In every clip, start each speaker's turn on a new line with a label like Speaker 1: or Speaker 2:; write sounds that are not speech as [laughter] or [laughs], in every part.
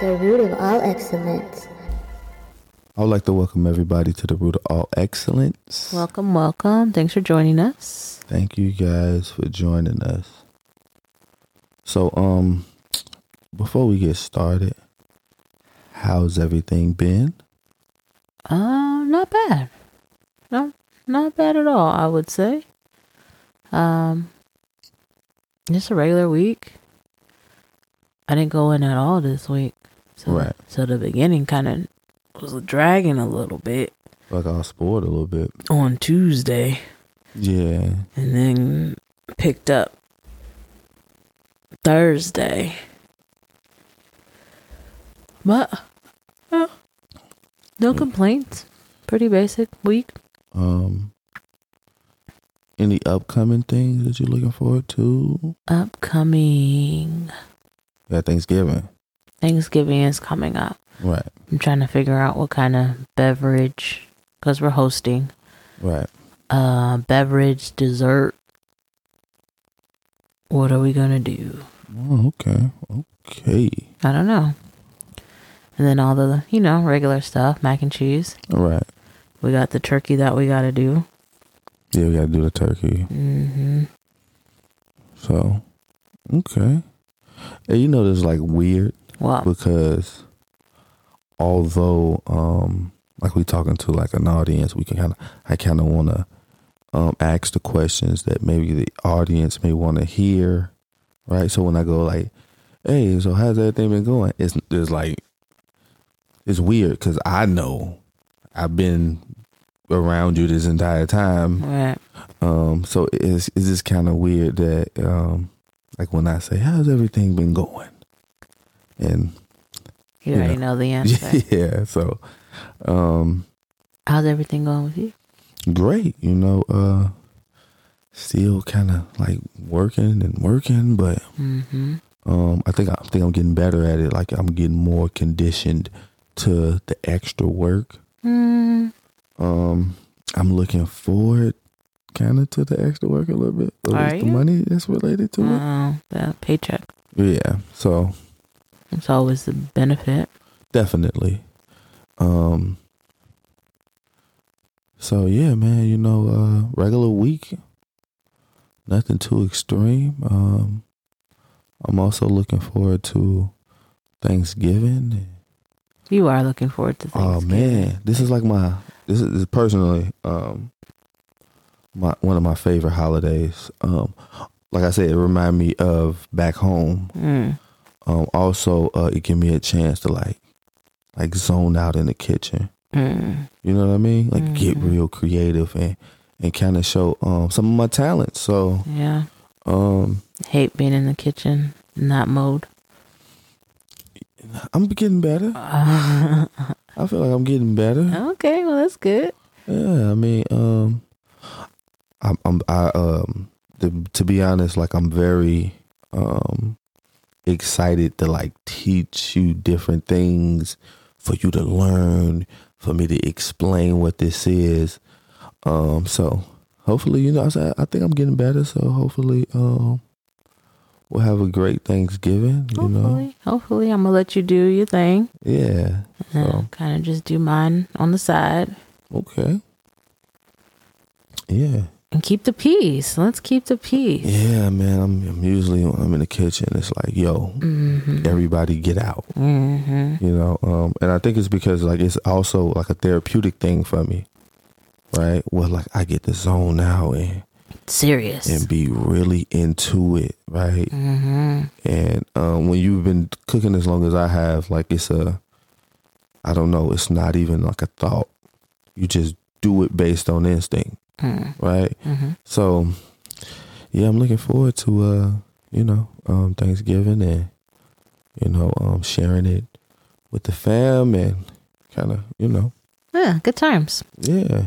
Speaker 1: the root of all excellence.
Speaker 2: I would like to welcome everybody to the Root of All Excellence.
Speaker 3: Welcome, welcome. Thanks for joining us.
Speaker 2: Thank you guys for joining us. So, um, before we get started, how's everything been?
Speaker 3: Uh, not bad. No, not bad at all, I would say. Um, just a regular week. I didn't go in at all this week. So,
Speaker 2: Right.
Speaker 3: So the beginning kind of was dragging a little bit
Speaker 2: Like I was spoiled a little bit.
Speaker 3: on Tuesday
Speaker 2: Yeah.
Speaker 3: and then picked up Thursday. But, uh, no complaints. Pretty basic week.
Speaker 2: Um. Any upcoming things that you're looking forward to?
Speaker 3: Upcoming
Speaker 2: Yeah, Thanksgiving.
Speaker 3: Thanksgiving is coming up.
Speaker 2: Right.
Speaker 3: I'm trying to figure out what kind of beverage, because we're hosting,
Speaker 2: Right.
Speaker 3: uh, beverage, dessert. What are we gonna do?
Speaker 2: Oh, okay. Okay.
Speaker 3: I don't know. And then all the you know regular stuff, mac and cheese.
Speaker 2: All right.
Speaker 3: We got the turkey that we gotta do.
Speaker 2: Yeah, we gotta do the turkey.
Speaker 3: Mm-hmm.
Speaker 2: So, okay. And you know, this is like weird
Speaker 3: Well,
Speaker 2: because although, um, like we talking to like an audience, we can kind of, I kind of want to um, ask the questions that maybe the audience may want to hear, right? So when I go like, "Hey, so how's everything been going?" It's it's like it's weird because I know I've been around you this entire time,
Speaker 3: right.
Speaker 2: um, so it's it's just kind of weird that um, like when I say how's everything been going, and
Speaker 3: You
Speaker 2: You
Speaker 3: already know
Speaker 2: [laughs]
Speaker 3: the answer.
Speaker 2: yeah, so um,
Speaker 3: How's everything going with you?
Speaker 2: great, you know, uh, still kind of like working and working, but
Speaker 3: Mm-hmm.
Speaker 2: um, I think I think I'm getting better at it. Like I'm getting more conditioned to the extra work.
Speaker 3: Mm,
Speaker 2: Um, I'm looking forward kind of to the extra work a little bit, at
Speaker 3: Are
Speaker 2: least the
Speaker 3: you?
Speaker 2: money that's related to it.
Speaker 3: uh, the paycheck.
Speaker 2: Yeah, so.
Speaker 3: It's always the benefit.
Speaker 2: definitely um so yeah man you know uh regular week nothing too extreme um i'm also looking forward to thanksgiving
Speaker 3: You are looking forward to
Speaker 2: oh
Speaker 3: Thanksgiving.
Speaker 2: man this is like my this is personally um my one of my favorite holidays um like i said it remind me of back home
Speaker 3: Mm.
Speaker 2: um, also, uh, it give me a chance to like, like zone out in the kitchen.
Speaker 3: Mm.
Speaker 2: You know what I mean? Like get
Speaker 3: Mhm.
Speaker 2: real creative and and kind of show um some of my talents. So
Speaker 3: Yeah.
Speaker 2: um,
Speaker 3: Hate being in the kitchen in that [laughs] mode.
Speaker 2: I'm getting better. I feel like I'm getting better.
Speaker 3: okay, well that's good.
Speaker 2: Yeah, I mean, um, I'm, I'm I um to, to be honest, like I'm very um excited to like teach you different things for you to learn, for me to explain what this is. Um, so hopefully, you know, I said I think I'm getting better. So hopefully, um, we'll have a great Thanksgiving. You
Speaker 3: Hopefully,
Speaker 2: know,
Speaker 3: hopefully I'm gonna let you do your thing.
Speaker 2: yeah. So
Speaker 3: kind of just do mine on the side
Speaker 2: okay, yeah.
Speaker 3: and keep the peace. Let's keep the peace.
Speaker 2: Yeah, man. I'm, I'm usually when I'm in the kitchen. It's like, yo,
Speaker 3: Mm-hmm.
Speaker 2: everybody get out.
Speaker 3: mm-hmm.
Speaker 2: You know, um, and I think it's because like it's also like a therapeutic thing for me, right? Well, like I get to zone out and
Speaker 3: Serious.
Speaker 2: and be really into it, right?
Speaker 3: mm-hmm.
Speaker 2: And um, when you've been cooking as long as I have, like it's a, I don't know, it's not even like a thought. You just do it based on instinct, right?
Speaker 3: Mm-hmm.
Speaker 2: So, yeah, I'm looking forward to uh, you know, um, Thanksgiving and you know, um, sharing it with the fam and kind of, you know,
Speaker 3: Yeah, good times.
Speaker 2: yeah.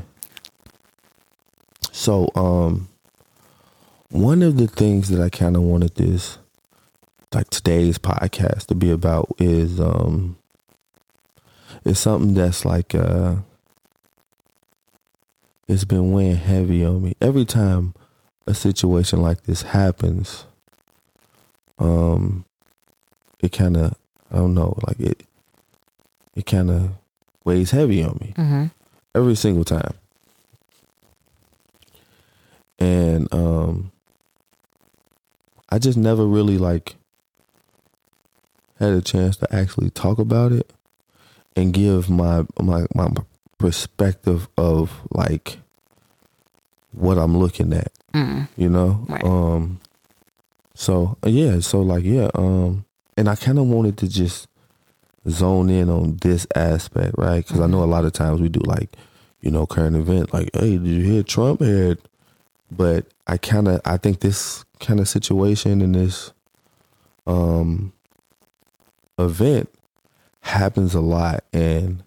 Speaker 2: So, um, one of the things that I kind of wanted this, like today's podcast, to be about is, um, is something that's like, uh, it's been weighing heavy on me. Every time a situation like this happens, um, it kind of I don't know. Like it, it kind of weighs heavy on me
Speaker 3: Mm-hmm.
Speaker 2: every single time. And um I just never really like had a chance to actually talk about it and give my my my perspective of like what I'm looking at,
Speaker 3: Mm.
Speaker 2: you know?
Speaker 3: Right.
Speaker 2: Um so uh, yeah, so like yeah, um and I kind of wanted to just zone in on this aspect, right? Cuz I know a lot of times we do like you know, current event. Like, hey, did you hear Trump had? But I kind of, I think this kind of situation and this um event happens a lot, and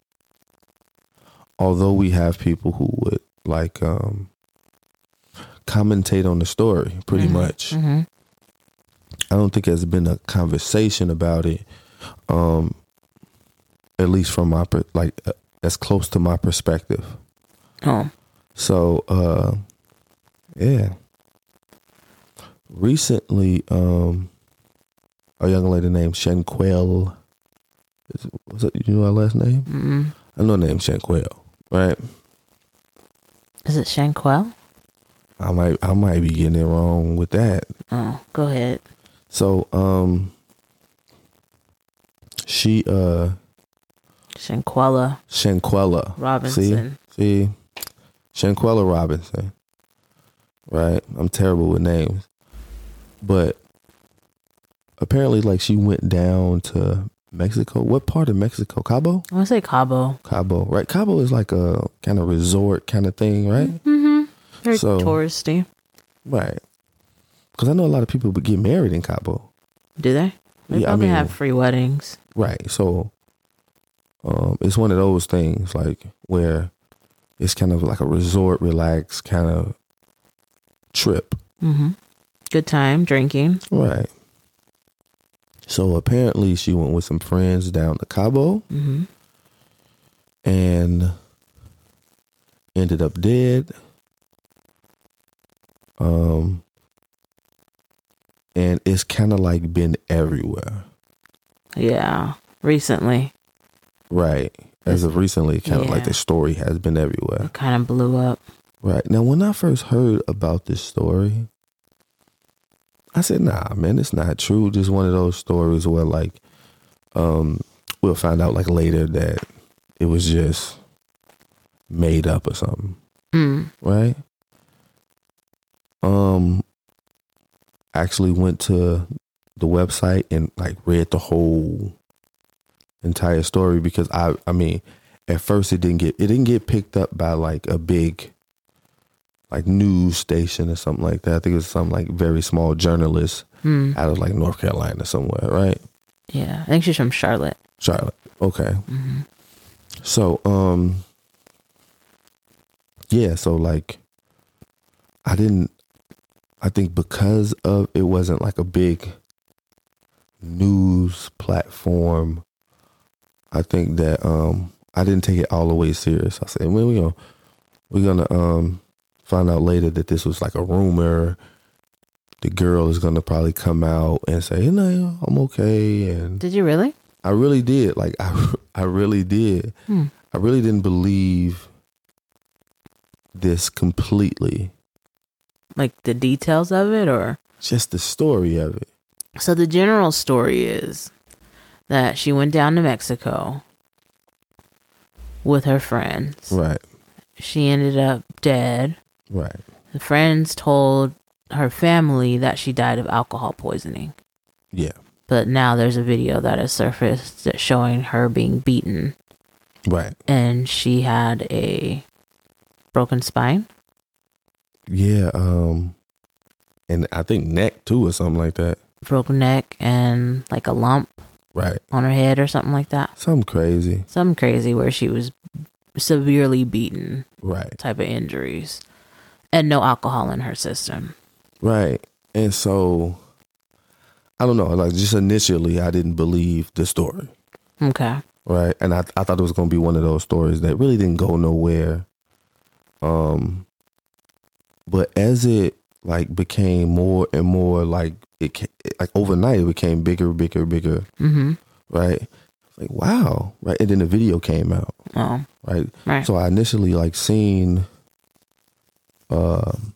Speaker 2: although we have people who would like um commentate on the story, pretty
Speaker 3: Mhm.
Speaker 2: much,
Speaker 3: Mm-hmm.
Speaker 2: I don't think there's been a conversation about it. Um, at least from my per- like, uh, as close to my perspective.
Speaker 3: Oh.
Speaker 2: So, uh, yeah. Recently, um, a young lady named Shanquel. Is, was that, you know her last name?
Speaker 3: Mm.
Speaker 2: I know her name Shanquel, right?
Speaker 3: Is it Shanquel?
Speaker 2: I might, I might be getting it wrong with that.
Speaker 3: Oh, go ahead.
Speaker 2: So, um, she, uh,
Speaker 3: Shanquella
Speaker 2: Shanquella.
Speaker 3: Robinson.
Speaker 2: See, Shanquella Robinson. Right? I'm terrible with names. But apparently, like, she went down to Mexico. What part of Mexico? Cabo?
Speaker 3: I want to say Cabo.
Speaker 2: Cabo, right? Cabo is like a kind of resort kind of thing, right?
Speaker 3: Mm-hmm. Very
Speaker 2: So-
Speaker 3: touristy.
Speaker 2: Right. Because I know a lot of people would get married in Cabo.
Speaker 3: Do they? They
Speaker 2: Yeah, I
Speaker 3: probably
Speaker 2: mean-
Speaker 3: have free weddings.
Speaker 2: Right. So um it's one of those things like where it's kind of like a resort relax kind of trip.
Speaker 3: Mm-hmm. Good time drinking.
Speaker 2: Right. So apparently she went with some friends down to Cabo
Speaker 3: Mm-hmm.
Speaker 2: and ended up dead. Um and it's kind of like been everywhere.
Speaker 3: Yeah. Recently,
Speaker 2: Right. As of recently, kind of like
Speaker 3: Yeah.
Speaker 2: the story has been everywhere.
Speaker 3: it kind of blew up.
Speaker 2: Right. Now, when I first heard about this story, I said, nah, man, it's not true. Just one of those stories where, like, um, we'll find out, like, later that it was just made up or something.
Speaker 3: Mm.
Speaker 2: Right. Um, I actually went to the website and, like, read the whole entire story because I, I mean, at first it didn't get, it didn't get picked up by, like, a big, like news station or something like that. I think it was some like very small journalist
Speaker 3: Mm.
Speaker 2: out of like North Carolina somewhere, right?
Speaker 3: Yeah. I think she's from Charlotte.
Speaker 2: Charlotte. Okay.
Speaker 3: Mm-hmm.
Speaker 2: So, um yeah, so like I didn't I think because of it wasn't like a big news platform, I think that um I didn't take it all the way serious. I said, well, we gonna we're gonna um find out later that this was like a rumor. The girl is gonna probably come out and say, you know, I'm okay and
Speaker 3: Did you really?
Speaker 2: I really did. Like I, [laughs] I really did.
Speaker 3: Hmm.
Speaker 2: I really didn't believe this completely.
Speaker 3: Like the details of it, or
Speaker 2: Just the story of it.
Speaker 3: so the general story is that she went down to Mexico with her friends.
Speaker 2: Right.
Speaker 3: She ended up dead.
Speaker 2: Right.
Speaker 3: The friends told her family that she died of alcohol poisoning.
Speaker 2: Yeah.
Speaker 3: But now there's a video that has surfaced that's showing her being beaten
Speaker 2: Right.
Speaker 3: and she had a broken spine.
Speaker 2: Yeah. Um. And I think neck too, or something like that.
Speaker 3: broken neck and like a lump
Speaker 2: Right.
Speaker 3: on her head or something like that.
Speaker 2: Something crazy.
Speaker 3: Something crazy where she was severely beaten
Speaker 2: Right.
Speaker 3: type of injuries and no alcohol in her system.
Speaker 2: Right. And so, I don't know. Like just initially, I didn't believe the story.
Speaker 3: Okay.
Speaker 2: right? And I, I thought it was going to be one of those stories that really didn't go nowhere. Um, but as it like became more and more like it ca- like overnight, it became bigger, bigger, bigger.
Speaker 3: Mm hmm.
Speaker 2: right? Like wow, right? And then the video came out,
Speaker 3: Oh,
Speaker 2: right?
Speaker 3: right.
Speaker 2: So I initially like seen, um,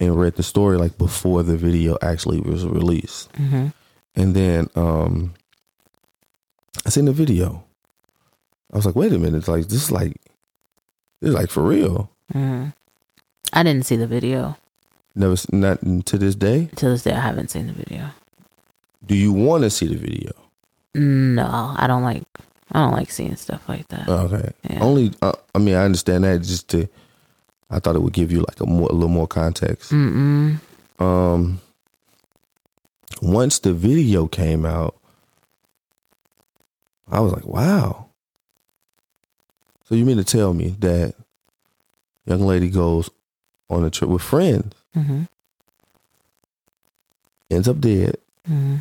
Speaker 2: and read the story like before the video actually was released,
Speaker 3: mm-hmm.
Speaker 2: and then um, I seen the video. I was like, wait a minute, it's like this is like, this is like for real.
Speaker 3: Mm-hmm. I didn't see the video.
Speaker 2: Never, s- not to this day.
Speaker 3: To this day, I haven't seen the video.
Speaker 2: Do you want to see the video?
Speaker 3: No, I don't like. I don't like seeing stuff like that.
Speaker 2: Oh, Okay.
Speaker 3: Yeah.
Speaker 2: Only, uh, I mean, I understand that. Just to, I thought it would give you like a more, a little more context.
Speaker 3: Mm-mm.
Speaker 2: Um, once the video came out, I was like, wow. So you mean to tell me that young lady goes on a trip with friends,
Speaker 3: Mm-hmm.
Speaker 2: ends up dead.
Speaker 3: Mm-hmm.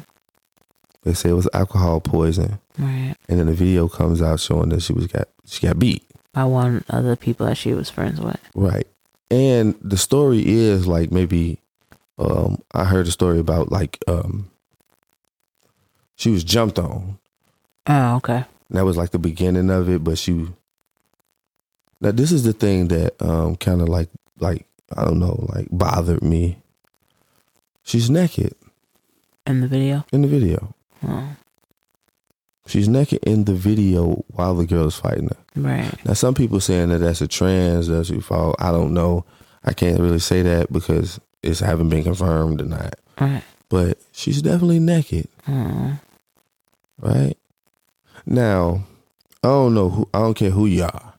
Speaker 2: They say it was alcohol poison,
Speaker 3: Right.
Speaker 2: and then the video comes out showing that she was got she got beat.
Speaker 3: By one of the people that she was friends with.
Speaker 2: Right. And the story is like maybe um I heard a story about like um she was jumped on.
Speaker 3: Oh, okay.
Speaker 2: And that was like the beginning of it, but she Now this is the thing that um kind of like like I don't know, like bothered me. She's naked
Speaker 3: In the video.
Speaker 2: in the video.
Speaker 3: Oh,
Speaker 2: She's naked in the video while the girl is fighting her.
Speaker 3: right.
Speaker 2: Now, some people saying that that's a trans, that's a fault. I don't know. I can't really say that because it's haven't been confirmed or not.
Speaker 3: Right.
Speaker 2: But she's definitely naked,
Speaker 3: Oh.
Speaker 2: right? Now, I don't know who. I don't care who you are.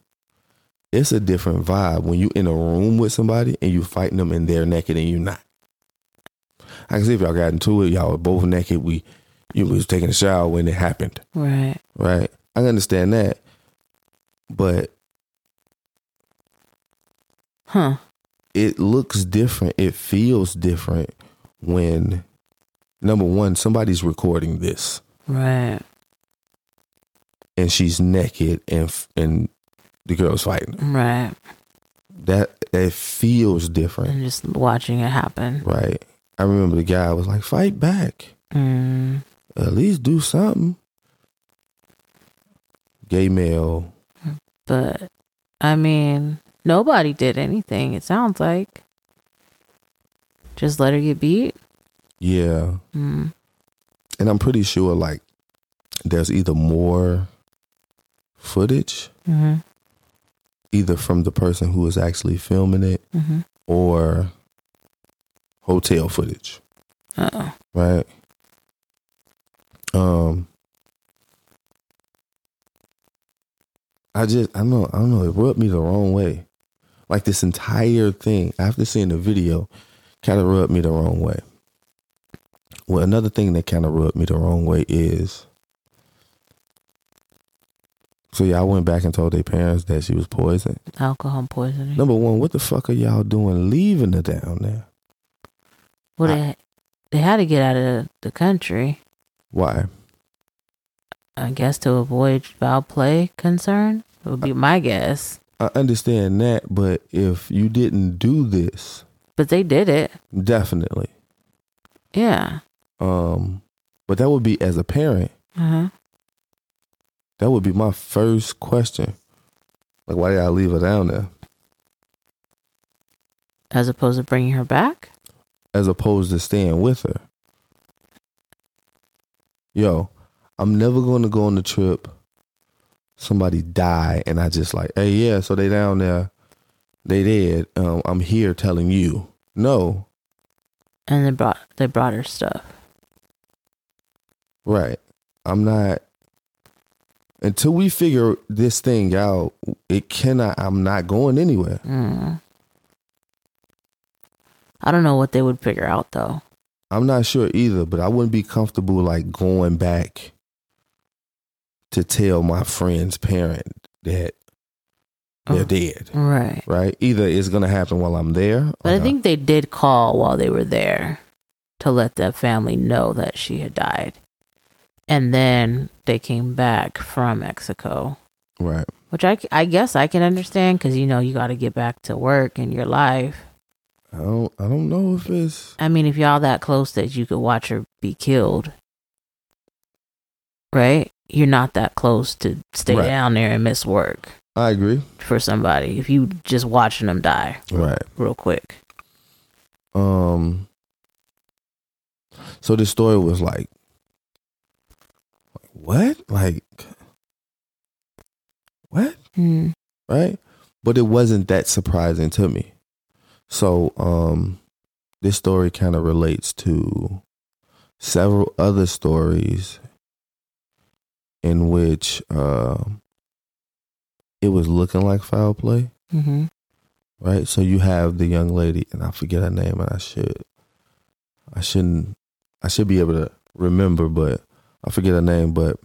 Speaker 2: It's a different vibe when you in a room with somebody and you fighting them and they're naked and you not. I can see if y'all got into it, y'all were both naked. We, you was taking a shower when it happened.
Speaker 3: Right.
Speaker 2: Right. I can understand that. But
Speaker 3: Huh.
Speaker 2: it looks different. It feels different when number one, somebody's recording this
Speaker 3: Right.
Speaker 2: and she's naked and f- and the girl's fighting. her.
Speaker 3: Right.
Speaker 2: That that feels different,
Speaker 3: And just watching it happen.
Speaker 2: right? I remember the guy was like, "Fight back,
Speaker 3: Mm.
Speaker 2: at least do something." Gay male,
Speaker 3: But I mean, nobody did anything. It sounds like. Just let her get beat.
Speaker 2: yeah.
Speaker 3: Mm.
Speaker 2: And I'm pretty sure like there's either more footage,
Speaker 3: Hmm.
Speaker 2: either from the person who was actually filming it
Speaker 3: Mm-hmm.
Speaker 2: or hotel footage,
Speaker 3: Uh.
Speaker 2: right? Um, I just I don't know I don't know it rubbed me the wrong way. Like this entire thing after seeing the video, kind of rubbed me the wrong way. Well, another thing that kind of rubbed me the wrong way is. So y'all went back and told their parents that she was poisoned.
Speaker 3: Alcohol poisoning.
Speaker 2: Number one, what the fuck are y'all doing leaving her down there?
Speaker 3: Well,
Speaker 2: I-
Speaker 3: they, they had to get out of the country,
Speaker 2: Why?
Speaker 3: I guess, to avoid foul play concern. Would be my guess.
Speaker 2: I understand that, but if you didn't do this,
Speaker 3: But they did it.
Speaker 2: definitely.
Speaker 3: Yeah.
Speaker 2: Um, but that would be as a parent,
Speaker 3: Uh-huh.
Speaker 2: that would be my first question. Like, why did I leave her down there?
Speaker 3: As opposed to bringing her back.
Speaker 2: As opposed to staying with her. Yo, I'm never going to go on the trip. Somebody die, and I just like, hey, yeah, so they down there, they dead. Um, I'm here telling you, no,
Speaker 3: And they brought they brought her stuff.
Speaker 2: Right. I'm not until we figure this thing out, it cannot I'm not going anywhere.
Speaker 3: Mm. I don't know what they would figure out though.
Speaker 2: I'm not sure either, but I wouldn't be comfortable like going back to tell my friend's parent that they're
Speaker 3: Oh.
Speaker 2: dead.
Speaker 3: Right.
Speaker 2: Right? Either it's gonna happen while I'm there. or
Speaker 3: But I
Speaker 2: not.
Speaker 3: think they did call while they were there to let the family know that she had died. And then they came back from Mexico.
Speaker 2: Right.
Speaker 3: which I, I guess I can understand because you know you got to get back to work and your life.
Speaker 2: I don't I don't know if it's
Speaker 3: I mean, if y'all that close that you could watch her be killed, right? You're not that close to stay
Speaker 2: Right.
Speaker 3: down there and miss work
Speaker 2: I agree.
Speaker 3: for somebody if you just watching them die
Speaker 2: Right.
Speaker 3: real quick.
Speaker 2: Um. So this story was like, like, what? Like, what?
Speaker 3: Mm.
Speaker 2: Right? But it wasn't that surprising to me. So, um, this story kind of relates to several other stories in which uh, it was looking like foul play
Speaker 3: Mm-hmm.
Speaker 2: right? So you have the young lady, and I forget her name, and I should, I shouldn't, I should be able to remember, but I forget her name. But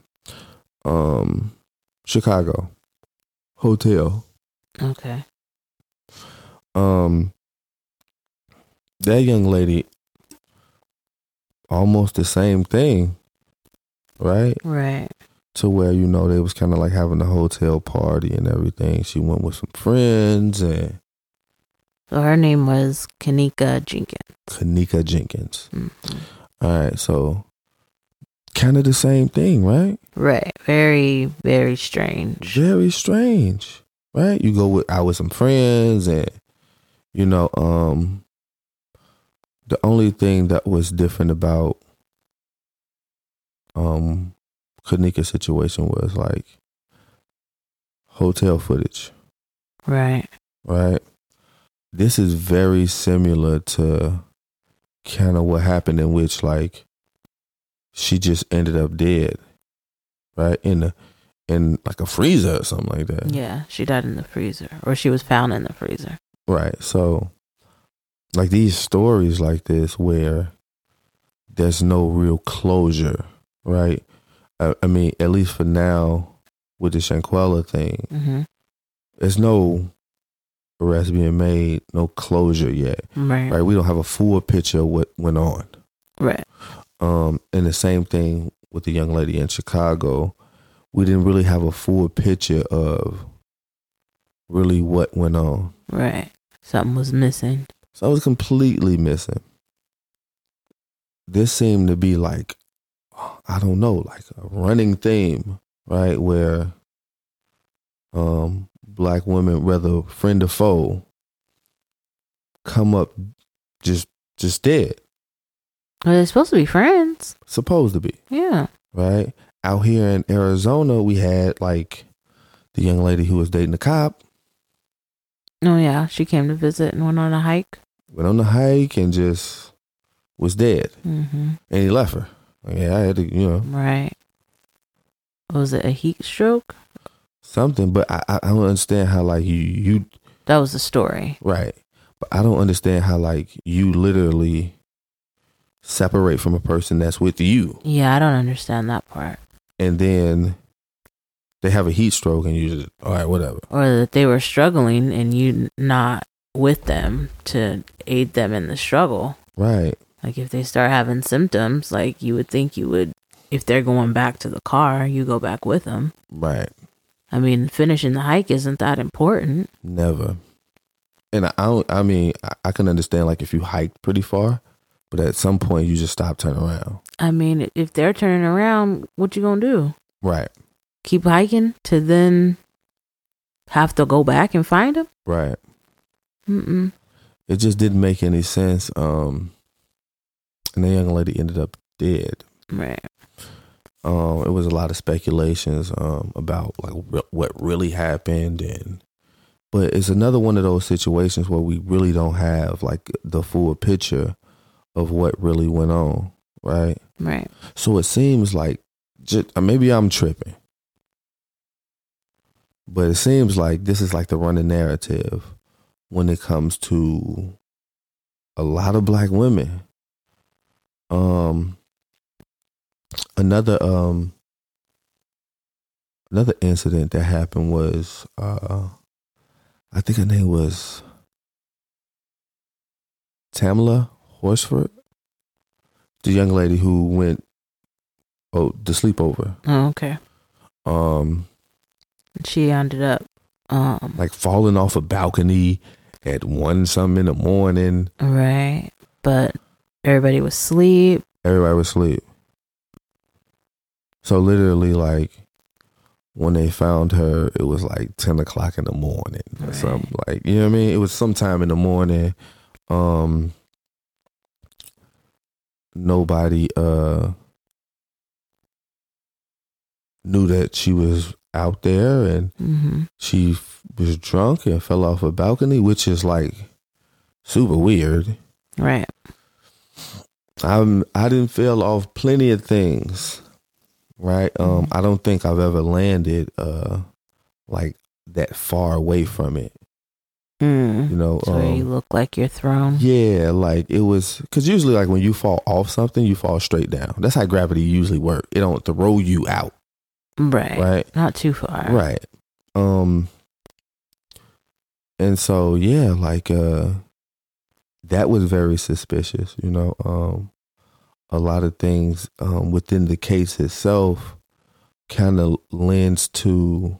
Speaker 2: um, Chicago hotel,
Speaker 3: Okay.
Speaker 2: um, that young lady, almost the same thing, right?
Speaker 3: Right.
Speaker 2: to where you know they was kind of like having a hotel party and everything. She went with some friends and
Speaker 3: So her name was Kanika Jenkins.
Speaker 2: Kanika Jenkins.
Speaker 3: Mhm.
Speaker 2: All right, so kind of the same thing, right?
Speaker 3: Right. Very, very strange.
Speaker 2: Very strange, right? You go with out with some friends, and you know, um, the only thing that was different about um Kanika's situation was like hotel footage,
Speaker 3: Right.
Speaker 2: right? This is very similar to kind of what happened in which like she just ended up dead, right? In a in like a freezer or something like that,
Speaker 3: Yeah. She died in the freezer, or she was found in the freezer.
Speaker 2: right? So like these stories like this where there's no real closure, right? I, I mean, at least for now with the Shanquella thing,
Speaker 3: Mm-hmm.
Speaker 2: there's no arrest being made, no closure yet.
Speaker 3: Right.
Speaker 2: right? We don't have a full picture of what went on.
Speaker 3: Right.
Speaker 2: Um, and the same thing with the young lady in Chicago. We didn't really have a full picture of really what went on.
Speaker 3: Right. Something was missing.
Speaker 2: So I was completely missing. This seemed to be like, I don't know, like a running theme, right? Where um, black women, whether friend or foe, come up just just dead,
Speaker 3: Well, they're supposed to be friends.
Speaker 2: supposed to be.
Speaker 3: Yeah.
Speaker 2: right? Out here in Arizona, we had like the young lady who was dating the cop
Speaker 3: Oh yeah. She came to visit and went on a hike.
Speaker 2: went on the hike and just was dead,
Speaker 3: Mm-hmm.
Speaker 2: and he left her. Like, yeah, I had to, you know,
Speaker 3: Right. Was it a heat stroke?
Speaker 2: something. But I, I I don't understand how like you, you
Speaker 3: That was the story.
Speaker 2: right, but I don't understand how like you literally separate from a person that's with you,
Speaker 3: Yeah, I don't understand that part.
Speaker 2: and then they have a heat stroke, and you just all right, whatever.
Speaker 3: Or that they were struggling and you not with them to aid them in the struggle.
Speaker 2: Right,
Speaker 3: Like if they start having symptoms, like you would think you would if they're going back to the car, you go back with them.
Speaker 2: right.
Speaker 3: I mean, finishing the hike isn't that important.
Speaker 2: Never. And I, I don't. I mean, I, I can understand like if you hiked pretty far, but at some point you just stop turning around.
Speaker 3: I mean, if they're turning around, what you going to do?
Speaker 2: Right.
Speaker 3: Keep hiking to then have to go back and find them?
Speaker 2: Right.
Speaker 3: Mm-mm.
Speaker 2: It just didn't make any sense. Um, and the young lady ended up dead.
Speaker 3: Right.
Speaker 2: Um, it was a lot of speculations um about like re- what really happened and. But it's another one of those situations where we really don't have like the full picture of what really went on, right?
Speaker 3: Right.
Speaker 2: So it seems like, ju- uh, maybe I'm tripping, but it seems like this is like the running narrative when it comes to a lot of black women. Um, another um, another incident that happened was, uh, I think her name was Tamla Horsford, the young lady who went oh the sleepover
Speaker 3: Oh, okay.
Speaker 2: um
Speaker 3: She ended up um
Speaker 2: like falling off a balcony at one something in the morning
Speaker 3: right, but everybody was asleep.
Speaker 2: everybody was asleep So literally, like when they found her, it was like ten o'clock in the morning or
Speaker 3: Right.
Speaker 2: something. Like you know what I mean? It was sometime in the morning. Um, nobody uh knew that she was out there, and
Speaker 3: Mm-hmm.
Speaker 2: she f- was drunk and fell off a balcony, which is like super weird.
Speaker 3: Right.
Speaker 2: I'm I didn't fail off plenty of things. Right? Um
Speaker 3: Mhm.
Speaker 2: I don't think I've ever landed uh like that far away from it,
Speaker 3: Mm.
Speaker 2: you know.
Speaker 3: So you
Speaker 2: Um,
Speaker 3: look like you're thrown.
Speaker 2: yeah, like it was cuz usually like when you fall off something, you fall straight down. That's how gravity usually works. It don't throw you out,
Speaker 3: Right.
Speaker 2: right?
Speaker 3: Not too far.
Speaker 2: Right. Um and so yeah, like uh that was very suspicious, you know. Um a lot of things um within the case itself kind of lends to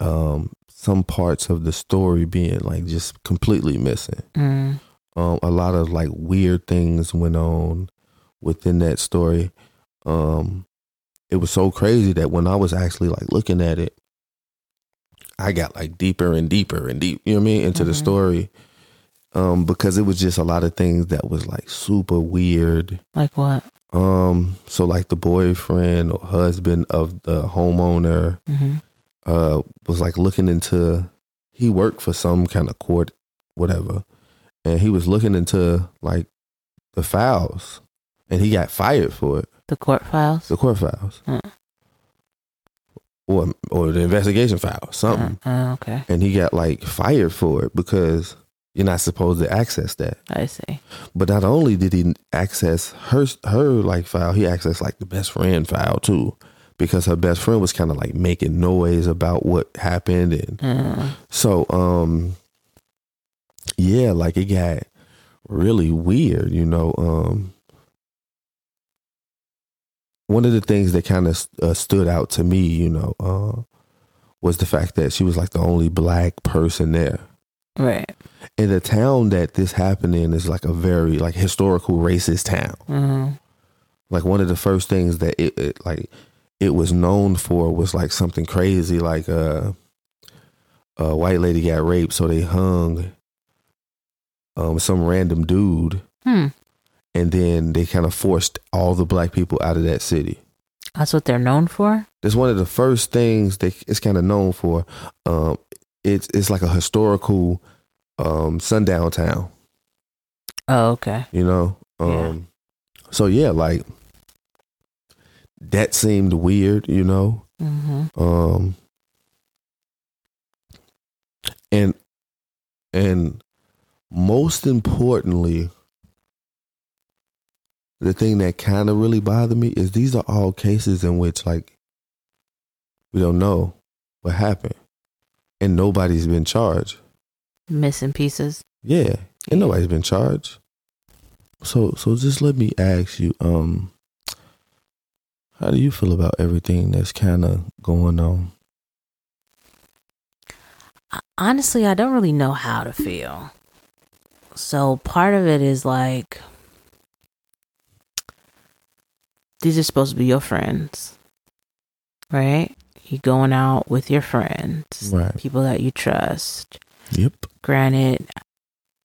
Speaker 2: um some parts of the story being like just completely missing.
Speaker 3: Mm.
Speaker 2: Um a lot of like weird things went on within that story. Um it was so crazy that when I was actually like looking at it, I got like deeper and deeper and deep, you know what I mean, into the
Speaker 3: Mhm.
Speaker 2: story. Um, because it was just a lot of things that was like super weird.
Speaker 3: Like what?
Speaker 2: Um, so like the boyfriend or husband of the homeowner
Speaker 3: Mm-hmm.
Speaker 2: uh was like looking into he worked for some kind of court, whatever, and he was looking into like the files and he got fired for it.
Speaker 3: The court files.
Speaker 2: The court files.
Speaker 3: Mm.
Speaker 2: Or or the investigation files, something.
Speaker 3: Uh, uh, okay.
Speaker 2: And he got like fired for it because you're not supposed to access that.
Speaker 3: I see.
Speaker 2: But not only did he access her her like file, he accessed like the best friend file too. Because her best friend was kind of like making noise about what happened and
Speaker 3: Mm.
Speaker 2: so, um, yeah, like it got really weird, you know. Um, one of the things that kind of uh, stood out to me, you know, uh, was the fact that she was like the only black person there.
Speaker 3: Right.
Speaker 2: And the town that this happened in is like a very like historical racist town.
Speaker 3: Mm.
Speaker 2: Like one of the first things that it, it like it was known for was like something crazy, like uh, a white lady got raped, so they hung um some random dude,
Speaker 3: Hmm.
Speaker 2: and then they kind of forced all the black people out of that city.
Speaker 3: That's what they're known for.
Speaker 2: That's one of the first things they it's kind of known for. Um, it's it's like a historical um sundown town.
Speaker 3: Oh, okay.
Speaker 2: you know
Speaker 3: Yeah.
Speaker 2: um so yeah like that seemed weird you know
Speaker 3: Mm-hmm.
Speaker 2: um and and most importantly the thing that kind of really bothered me is these are all cases in which like we don't know what happened and nobody's been charged
Speaker 3: Missing pieces.
Speaker 2: yeah, and nobody's been charged. So, so just let me ask you, um, how do you feel about everything that's kind of going on?
Speaker 3: honestly, I don't really know how to feel. So part of it is like, these are supposed to be your friends, right? You going out with your friends,
Speaker 2: Right.
Speaker 3: people that you trust.
Speaker 2: Yep.
Speaker 3: Granted,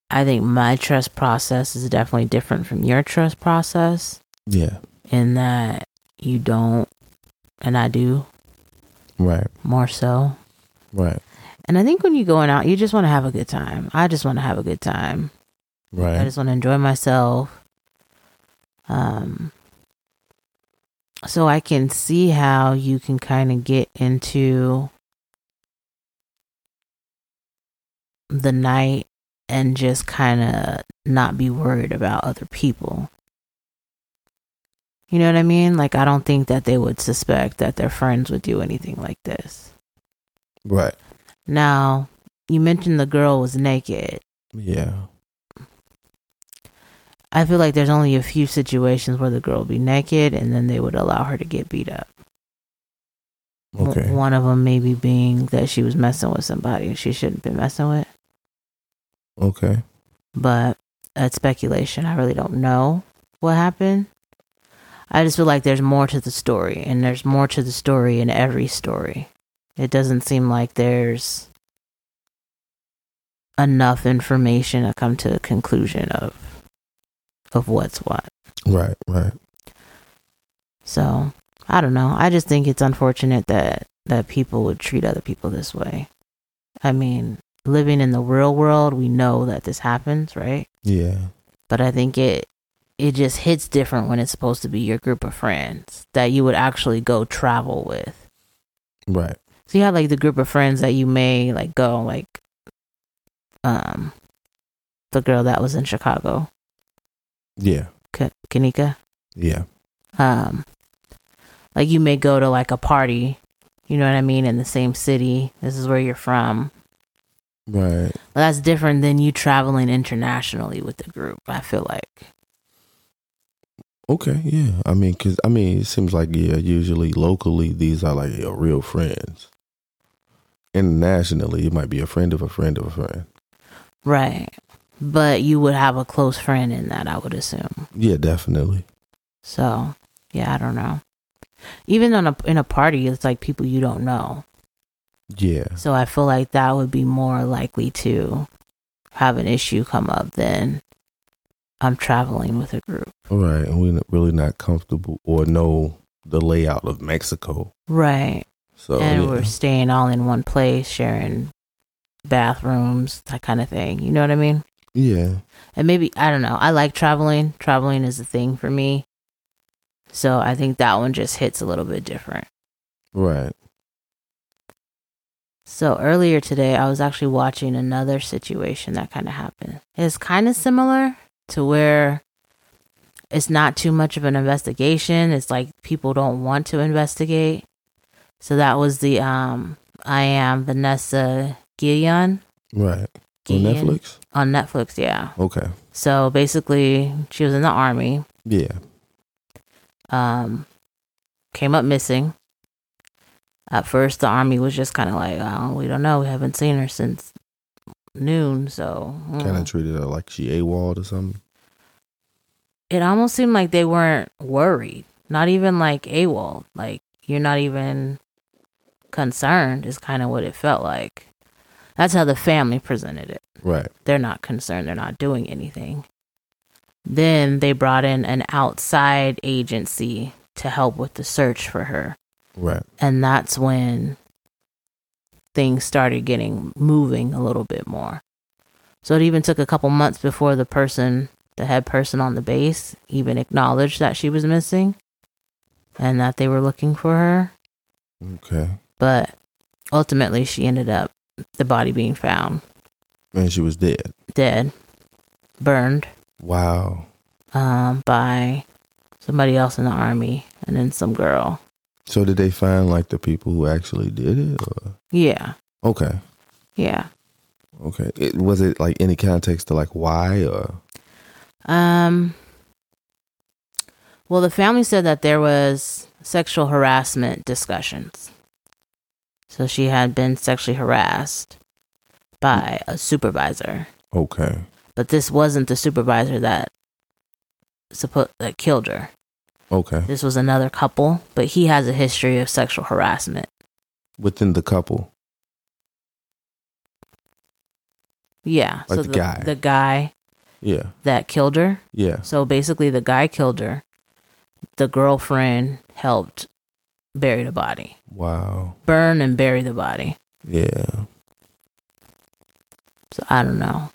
Speaker 3: I think my trust process is definitely different from your trust process
Speaker 2: Yeah.
Speaker 3: in that you don't, and I do
Speaker 2: Right.
Speaker 3: more so.
Speaker 2: Right.
Speaker 3: And I think when you're going out, you just want to have a good time. I just want to have a good time. I
Speaker 2: Right.
Speaker 3: just want to enjoy myself. Um, so I can see how you can kind of get into the night and just kind of not be worried about other people. You know what I mean? Like, I don't think that they would suspect that their friends would do anything like this.
Speaker 2: Right.
Speaker 3: Now, you mentioned the girl was naked.
Speaker 2: Yeah.
Speaker 3: I feel like there's only a few situations where the girl would be naked and then they would allow her to get beat up. W-
Speaker 2: Okay.
Speaker 3: One of them maybe being that she was messing with somebody she shouldn't have been messing with.
Speaker 2: Okay.
Speaker 3: But that's speculation. I really don't know what happened. I just feel like there's more to the story, and there's more to the story in every story. It doesn't seem like there's enough information to come to a conclusion of of what's what.
Speaker 2: Right, right.
Speaker 3: So I don't know. I just think it's unfortunate that that people would treat other people this way. I mean, living in the real world, we know that this happens, right?
Speaker 2: Yeah.
Speaker 3: But I think it it just hits different when it's supposed to be your group of friends that you would actually go travel with.
Speaker 2: Right.
Speaker 3: So you have like the group of friends that you may like go like um the girl that was in Chicago,
Speaker 2: Yeah.
Speaker 3: K- Kanika.
Speaker 2: Yeah.
Speaker 3: um like you may go to like a party you know what i mean in the same city this is where you're from
Speaker 2: Right.
Speaker 3: But that's different than you traveling internationally with the group i feel like
Speaker 2: Okay. Yeah. I mean, cause I mean, it seems like yeah. Usually, locally, these are like your real friends. Internationally, it might be a friend of a friend of a friend.
Speaker 3: right but you would have a close friend in that i would assume
Speaker 2: Yeah, definitely.
Speaker 3: so yeah i don't know even on a in a party it's like people you don't know
Speaker 2: Yeah.
Speaker 3: so i feel like that would be more likely to have an issue come up than i'm traveling with a group
Speaker 2: Right. And we're really not comfortable or know the layout of Mexico.
Speaker 3: right
Speaker 2: So
Speaker 3: and
Speaker 2: yeah.
Speaker 3: we're staying all in one place, sharing bathrooms, that kind of thing. You know what I mean?
Speaker 2: yeah.
Speaker 3: And maybe I don't know. I like traveling. Traveling is a thing for me. So I think that one just hits a little bit different.
Speaker 2: Right.
Speaker 3: So earlier today, I was actually watching another situation that kind of happened. It's kind of similar to where it's not too much of an investigation. It's like people don't want to investigate. So that was the um I am Vanessa Gillian
Speaker 2: Right. On
Speaker 3: Gillian.
Speaker 2: Netflix.
Speaker 3: on Netflix, yeah.
Speaker 2: Okay.
Speaker 3: So basically, she was in the army,
Speaker 2: Yeah.
Speaker 3: um, came up missing. At first, the army was just kind of like, oh, we don't know. We haven't seen her since noon. So mm.
Speaker 2: Kind of treated her like she AWOL or something.
Speaker 3: it almost seemed like they weren't worried. Not even like AWOL. Like, you're not even concerned, is kind of what it felt like. That's how the family presented it.
Speaker 2: Right.
Speaker 3: they're not concerned they're not doing anything then they brought in an outside agency to help with the search for her
Speaker 2: Right.
Speaker 3: and that's when things started getting moving a little bit more so it even took a couple months before the person the head person on the base even acknowledged that she was missing and that they were looking for her
Speaker 2: Okay.
Speaker 3: but ultimately she ended up the body being found
Speaker 2: And she was dead.
Speaker 3: dead burned
Speaker 2: Wow.
Speaker 3: um, by somebody else in the army and then some girl.
Speaker 2: So did they find like the people who actually did it? Or?
Speaker 3: Yeah,
Speaker 2: Okay.
Speaker 3: yeah.
Speaker 2: Okay. It, was it like any context to like why or?
Speaker 3: Um, well, the family said that there was sexual harassment discussions. So she had been sexually harassed by a supervisor,
Speaker 2: Okay.
Speaker 3: but this wasn't the supervisor that suppo- that killed her.
Speaker 2: Okay.
Speaker 3: This was another couple, but he has a history of sexual harassment.
Speaker 2: Within the couple.
Speaker 3: Yeah,
Speaker 2: Like
Speaker 3: so
Speaker 2: the guy.
Speaker 3: the guy
Speaker 2: Yeah.
Speaker 3: that killed her
Speaker 2: Yeah.
Speaker 3: So basically, the guy killed her. The girlfriend helped bury the body,
Speaker 2: Wow.
Speaker 3: burn and bury the body.
Speaker 2: Yeah.
Speaker 3: So I don't know.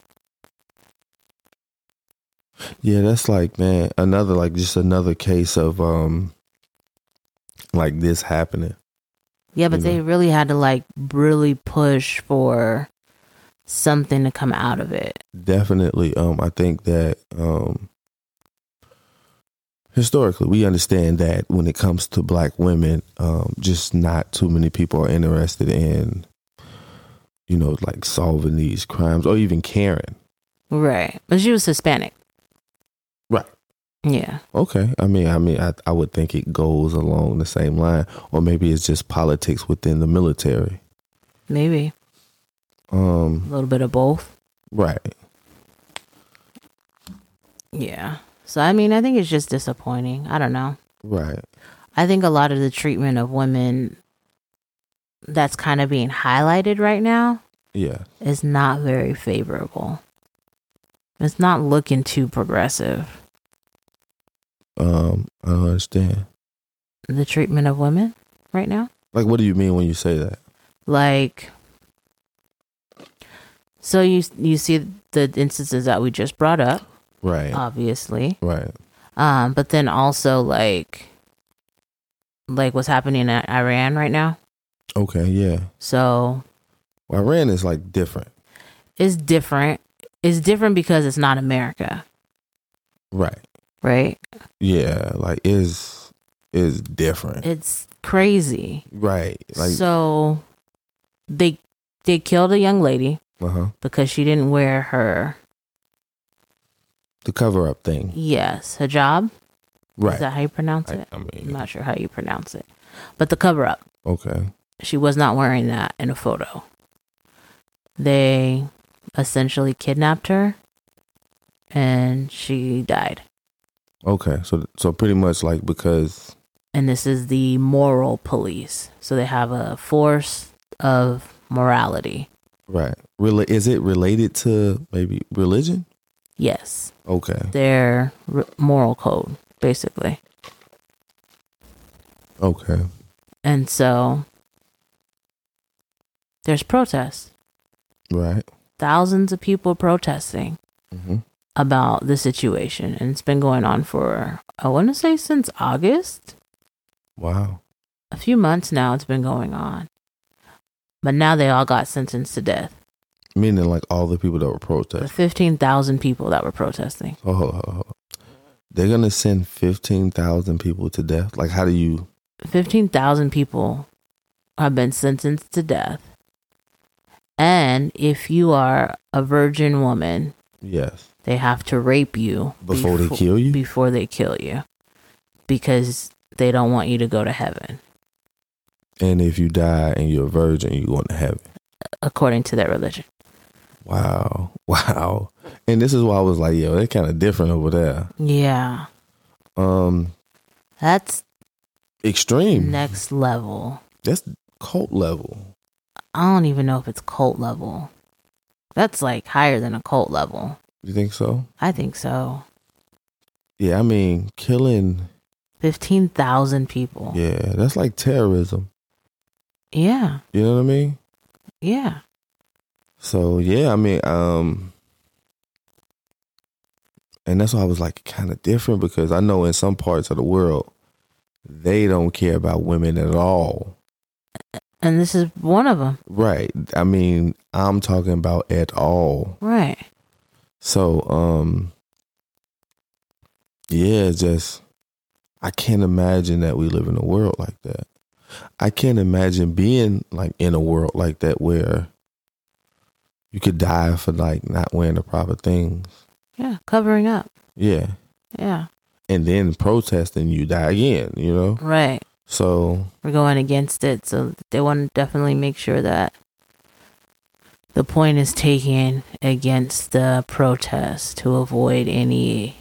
Speaker 2: Yeah, that's like man, another like just another case of um like this happening.
Speaker 3: Yeah, but they really had to like really push for something to come out of it.
Speaker 2: Definitely. Um I think that um historically we understand that when it comes to black women, um just not too many people are interested in you know, like solving these crimes or even caring.
Speaker 3: Right. But she was Hispanic.
Speaker 2: Right.
Speaker 3: Yeah.
Speaker 2: Okay. I mean, I mean, I, I would think it goes along the same line, or maybe it's just politics within the military.
Speaker 3: Maybe a
Speaker 2: Um,
Speaker 3: little bit of both.
Speaker 2: right.
Speaker 3: Yeah. So I mean, I think it's just disappointing. I don't know.
Speaker 2: Right.
Speaker 3: I think a lot of the treatment of women that's kind of being highlighted right now
Speaker 2: Yeah.
Speaker 3: is not very favorable. It's not looking too progressive.
Speaker 2: Um, I don't understand.
Speaker 3: The treatment of women right now,
Speaker 2: Like, what do you mean when you say that?
Speaker 3: like so you you see the instances that we just brought up,
Speaker 2: Right.
Speaker 3: Uh, obviously.
Speaker 2: right.
Speaker 3: Um, but then also like like what's happening in Iran right now.
Speaker 2: Okay. Yeah.
Speaker 3: So
Speaker 2: Well, Iran is like different.
Speaker 3: it's different. It's different because it's not America,
Speaker 2: Right.
Speaker 3: right?
Speaker 2: Yeah. Like, is is different.
Speaker 3: It's crazy.
Speaker 2: right. Like.
Speaker 3: so they they killed a young lady
Speaker 2: uh huh.
Speaker 3: because she didn't wear her
Speaker 2: The cover up thing.
Speaker 3: yes hijab.
Speaker 2: Right.
Speaker 3: Is that how you pronounce
Speaker 2: I,
Speaker 3: it?
Speaker 2: I
Speaker 3: I'm
Speaker 2: mean.
Speaker 3: not sure how you pronounce it, but the cover up.
Speaker 2: Okay.
Speaker 3: She was not wearing that in a photo. They essentially kidnapped her, and she died.
Speaker 2: Okay. So so pretty much like because
Speaker 3: And this is the moral police. So they have a force of morality.
Speaker 2: right. Really, is it related to maybe religion?
Speaker 3: Yes.
Speaker 2: Okay.
Speaker 3: their r- moral code, basically.
Speaker 2: Okay.
Speaker 3: And so there's protests,
Speaker 2: Right.
Speaker 3: thousands of people protesting
Speaker 2: hmm
Speaker 3: about the situation. And it's been going on for, I want to say, since August.
Speaker 2: Wow.
Speaker 3: A few months now, it's been going on. But now they all got sentenced to death.
Speaker 2: Meaning like all the people that were
Speaker 3: The
Speaker 2: protesting.
Speaker 3: 15,000 people that were protesting.
Speaker 2: Oh, hold, hold, hold. they're gonna send fifteen thousand people to death. Like, how do you?
Speaker 3: 15,000 people have been sentenced to death. And if you are a virgin woman,
Speaker 2: Yes,
Speaker 3: they have to rape you
Speaker 2: before they
Speaker 3: befo-
Speaker 2: kill you.
Speaker 3: Before they kill you. Because they don't want you to go to heaven,
Speaker 2: and if you die and you're a virgin, you're going to heaven.
Speaker 3: according to their religion.
Speaker 2: Wow, [laughs] wow. And this is why I was like, yo, they're kind of different over there.
Speaker 3: Yeah.
Speaker 2: Um,
Speaker 3: That's
Speaker 2: extreme.
Speaker 3: next level.
Speaker 2: That's cult level.
Speaker 3: I don't even know if it's cult level. That's like higher than a cult level.
Speaker 2: You think so?
Speaker 3: I think so.
Speaker 2: Yeah, I mean, killing.
Speaker 3: 15,000 people.
Speaker 2: Yeah, that's like terrorism.
Speaker 3: Yeah.
Speaker 2: You know what I mean?
Speaker 3: Yeah.
Speaker 2: So yeah, I mean, um, and that's why I was like kind of different because I know in some parts of the world they don't care about women at all.
Speaker 3: And this is one of them.
Speaker 2: Right. I mean, I'm talking about at all.
Speaker 3: Right.
Speaker 2: So, um, yeah, it's just I can't imagine that we live in a world like that. I can't imagine being like in a world like that where you could die for like not wearing the proper things.
Speaker 3: Yeah. Covering up.
Speaker 2: Yeah.
Speaker 3: Yeah.
Speaker 2: And then protesting, you die again, you know?
Speaker 3: Right.
Speaker 2: So,
Speaker 3: we're going against it. So they want to definitely make sure that the point is taken against the protest to avoid any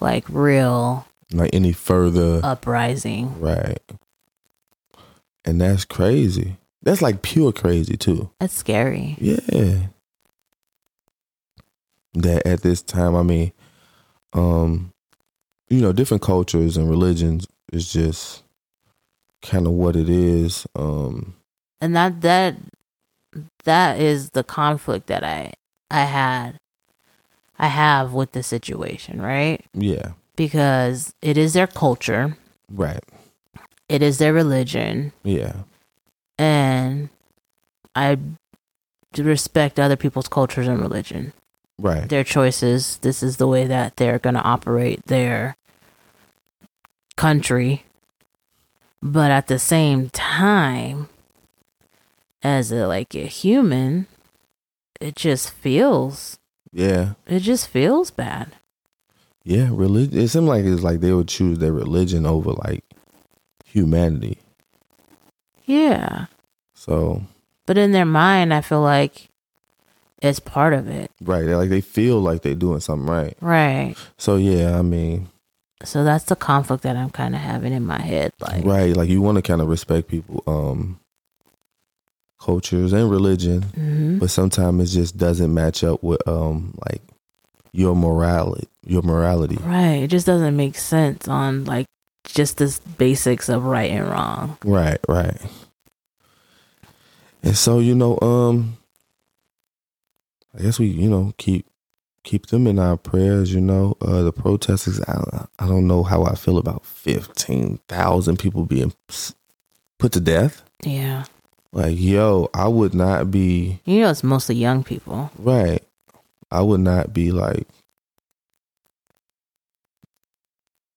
Speaker 3: like real
Speaker 2: like any further.
Speaker 3: Uh. uprising.
Speaker 2: Right. And that's crazy. That's like pure crazy, too.
Speaker 3: That's scary.
Speaker 2: Yeah. That at this time, I mean, um, you know, different cultures and religions is just kind of what it is. Um,
Speaker 3: And that that that is the conflict that I I had I have with the situation, right?
Speaker 2: yeah,
Speaker 3: Because it is their culture,
Speaker 2: right.
Speaker 3: it is their religion,
Speaker 2: Yeah,
Speaker 3: and I do respect other people's cultures and religion.
Speaker 2: right.
Speaker 3: Their choices, this is the way that they're going to operate their country. But at the same time, as a like a human, it just feels
Speaker 2: Yeah,
Speaker 3: it just feels bad.
Speaker 2: yeah. Religion. It seemed like it's like they would choose their religion over like humanity.
Speaker 3: Yeah.
Speaker 2: So
Speaker 3: But in their mind, I feel like it's part of it.
Speaker 2: right, they're like they feel like they're doing something right.
Speaker 3: Right.
Speaker 2: So yeah, I mean,
Speaker 3: So that's the conflict that I'm kind of having in my head. Like,
Speaker 2: right like you want to kind of respect people um cultures and religion
Speaker 3: mhm.
Speaker 2: but sometimes it just doesn't match up with um like your morality your morality
Speaker 3: right? It just doesn't make sense on like just this basics of right and wrong.
Speaker 2: right right and so you know um i guess we you know keep keep them in our prayers you know uh the protesters i, I don't know how i feel about 15,000 people being s- put to death
Speaker 3: Yeah,
Speaker 2: like yo i would not be
Speaker 3: you know, it's mostly young people.
Speaker 2: Right. I would not be like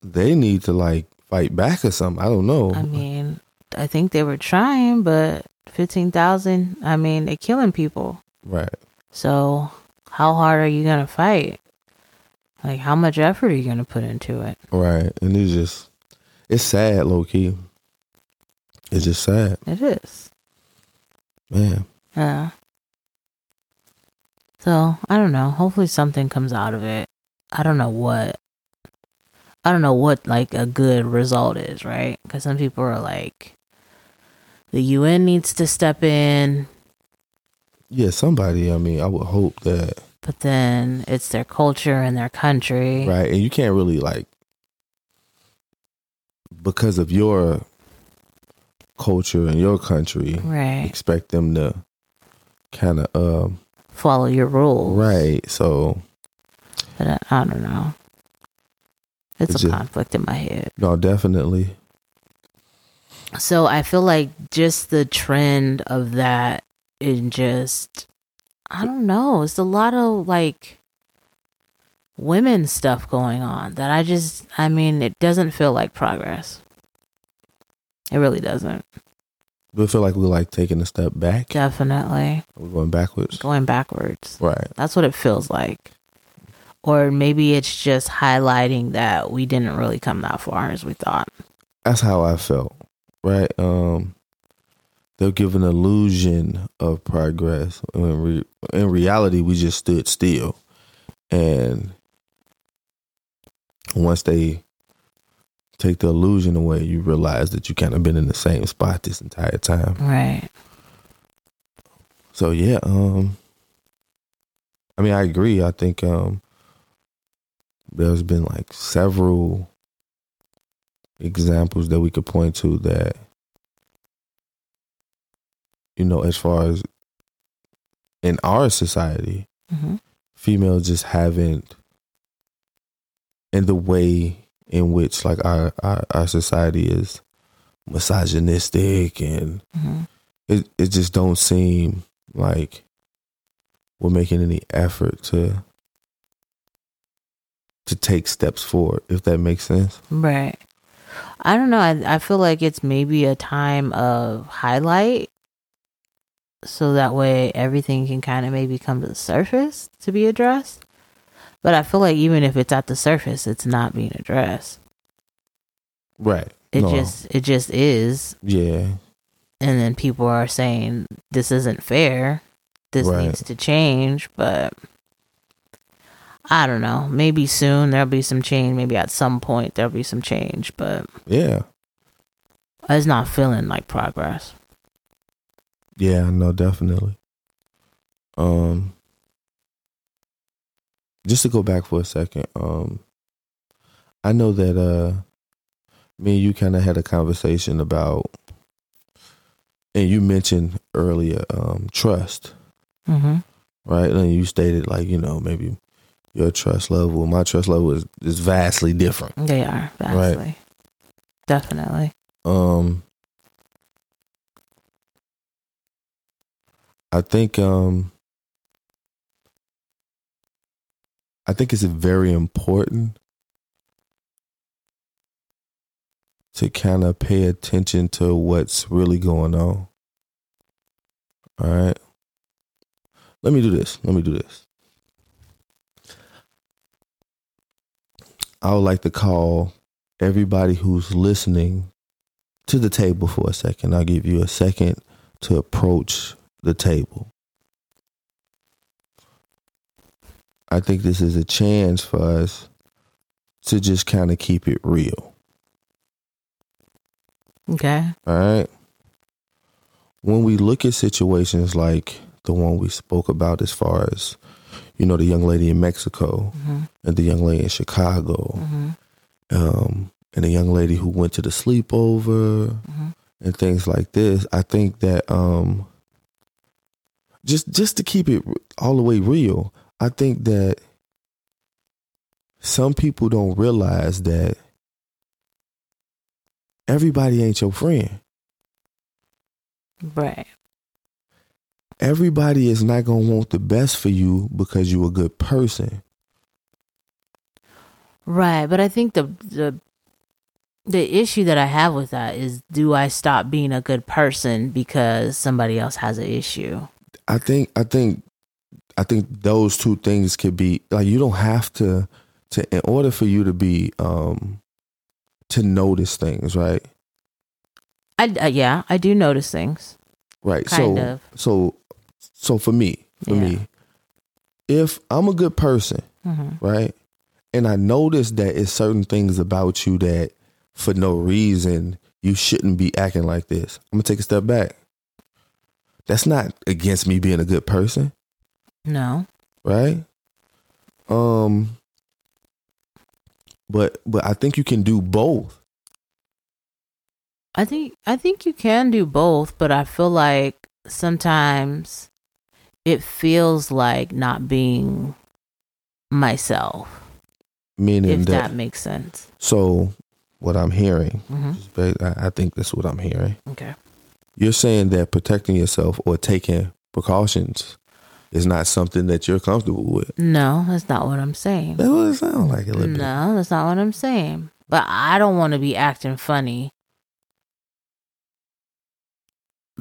Speaker 2: they need to like fight back or something. I don't know.
Speaker 3: I mean, I think they were trying, but fifteen thousand. I mean, they're killing people.
Speaker 2: right.
Speaker 3: So how hard are you gonna fight? Like, how much effort are you gonna put into it?
Speaker 2: Right. And it's just it's sad, low key. It's just sad.
Speaker 3: It is.
Speaker 2: Man.
Speaker 3: Yeah. So I don't know. Hopefully something comes out of it. I don't know what. I don't know what like a good result is, right? Because some people are like, the UN needs to step in,
Speaker 2: Yeah, somebody, I mean, I would hope that
Speaker 3: but then it's their culture and their country.
Speaker 2: right. And you can't really like because of your culture and your country
Speaker 3: Right.
Speaker 2: expect them to kinda um
Speaker 3: Follow your rules.
Speaker 2: Right. So
Speaker 3: But I, I don't know. It's,
Speaker 2: It's
Speaker 3: a
Speaker 2: a-
Speaker 3: conflict in my head.
Speaker 2: no, definitely.
Speaker 3: So I feel like just the trend of that and just I don't know, it's a lot of like women stuff going on that I just I mean, it doesn't feel like progress. It really doesn't.
Speaker 2: We feel like we're like taking a step back.
Speaker 3: Definitely
Speaker 2: We're going backwards.
Speaker 3: going backwards.
Speaker 2: Right.
Speaker 3: That's what it feels like. Or maybe it's just highlighting that we didn't really come that far as we thought.
Speaker 2: That's how I felt. Right. Um they'll give an illusion of progress. In, re- in reality, we just stood still. And once they take the illusion away, you realize that you kind of been in the same spot this entire time.
Speaker 3: Right.
Speaker 2: So yeah, um I mean I agree. I think um there's been like several examples that we could point to that you know, as far as in our society,
Speaker 3: hmm
Speaker 2: females just haven't in the way in which like our our, our society is misogynistic and
Speaker 3: hmm
Speaker 2: it it just don't seem like we're making any effort to to take steps forward if that makes sense
Speaker 3: Right. I don't know. I, I feel like it's maybe a time of highlight. So that way everything can kind of maybe come to the surface to be addressed. But I feel like even if it's at the surface, it's not being addressed.
Speaker 2: right
Speaker 3: It
Speaker 2: No.
Speaker 3: just it just is.
Speaker 2: yeah
Speaker 3: And then people are saying this isn't fair. This
Speaker 2: Right.
Speaker 3: needs to change, but I don't know. Maybe soon there'll be some change. Maybe at some point there'll be some change, but
Speaker 2: yeah
Speaker 3: it's not feeling like progress.
Speaker 2: yeah no definitely um just to go back for a second um i know that uh me and you kind of had a conversation about and you mentioned earlier um trust
Speaker 3: Mm-hmm.
Speaker 2: right? And you stated like, you know, maybe your trust level, my trust level is, is vastly different.
Speaker 3: They are vastly, definitely.
Speaker 2: Um I think um I think it's very important to kind of pay attention to what's really going on. All right. Let me do this. Let me do this. I would like to call everybody who's listening to the table for a second. I'll give you a second to approach the table. I think this is a chance for us to just kind of keep it real.
Speaker 3: Okay.
Speaker 2: All right. When we look at situations like the one we spoke about, as far as, you know, the young lady in Mexico
Speaker 3: Mm-hmm.
Speaker 2: and the young lady in Chicago,
Speaker 3: Mm-hmm.
Speaker 2: um, and the young lady who went to the sleepover
Speaker 3: Mhm.
Speaker 2: and things like this, I think that um, just just to keep it all the way real, I think that some people don't realize that everybody ain't your friend.
Speaker 3: Right.
Speaker 2: everybody is not gonna want the best for you because you're a good person.
Speaker 3: Right. But I think the the the issue that I have with that is do I stop being a good person because somebody else has an issue?
Speaker 2: I think I think I think those two things could be like you don't have to to in order for you to be um to notice things, right?
Speaker 3: I uh, yeah, I do notice things.
Speaker 2: Right.
Speaker 3: Kind
Speaker 2: so
Speaker 3: of.
Speaker 2: so so for me, for
Speaker 3: Yeah.
Speaker 2: me, if I'm a good person,
Speaker 3: Mm-hmm.
Speaker 2: right? And I notice that it's certain things about you that for no reason you shouldn't be acting like this. I'm gonna take a step back. That's not against me being a good person,
Speaker 3: No.
Speaker 2: right? Um but but I think you can do both.
Speaker 3: I think I think you can do both, but I feel like sometimes it feels like not being myself.
Speaker 2: Meaning
Speaker 3: If
Speaker 2: that,
Speaker 3: that makes sense.
Speaker 2: so what I'm hearing,
Speaker 3: hmm
Speaker 2: is ba- I I think that's what I'm hearing.
Speaker 3: Okay.
Speaker 2: You're saying that protecting yourself or taking precautions is not something that you're comfortable with.
Speaker 3: No, that's not what I'm saying.
Speaker 2: That would sound like a little bit.
Speaker 3: No, that's not what I'm saying. But I don't want to be acting funny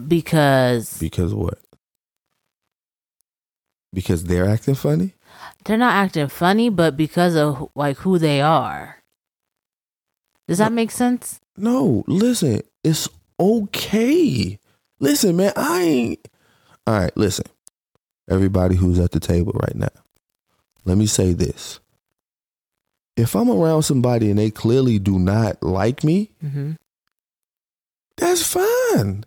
Speaker 3: because
Speaker 2: Because what? Because they're acting funny?
Speaker 3: they're not acting funny, but because of wh- like who they are. Does that make sense?
Speaker 2: No, listen, it's okay. Listen, man, I ain't. All right, listen. Everybody who's at the table right now, let me say this. If I'm around somebody and they clearly do not like me,
Speaker 3: Mm-hmm.
Speaker 2: that's fine.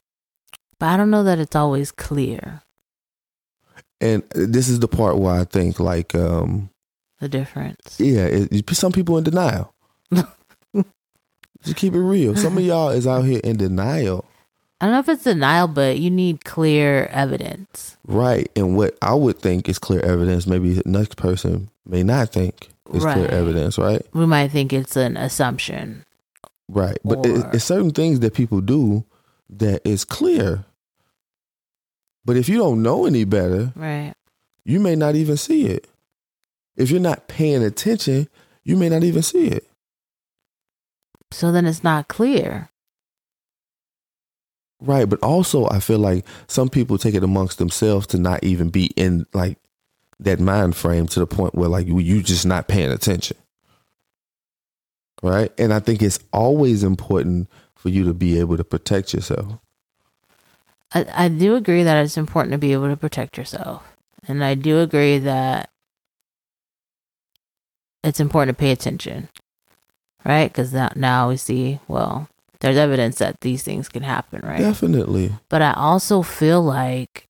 Speaker 3: But I don't know that it's always clear
Speaker 2: And this is the part where I think, like, um,
Speaker 3: the difference.
Speaker 2: yeah, it, it- some people in denial. Just keep it real. Some of y'all is out here in denial.
Speaker 3: I don't know if it's denial, but you need clear evidence.
Speaker 2: Right. And what I would think is clear evidence, maybe the next person may not think is clear
Speaker 3: Right.
Speaker 2: evidence, right?
Speaker 3: We might think it's an assumption.
Speaker 2: Right. But it,
Speaker 3: Or-
Speaker 2: it's certain things that people do that is clear. But if you don't know any better,
Speaker 3: Right.
Speaker 2: you may not even see it. If you're not paying attention, you may not even see it.
Speaker 3: So then it's not clear.
Speaker 2: Right. But also, I feel like some people take it amongst themselves to not even be in like that mind frame to the point where like you, you just not paying attention. Right. And I think it's always important for you to be able to protect yourself.
Speaker 3: I, I do agree that it's important to be able to protect yourself. And I do agree that it's important to pay attention, right? Because now we see, well, there's evidence that these things can happen, right?
Speaker 2: Definitely.
Speaker 3: But I also feel like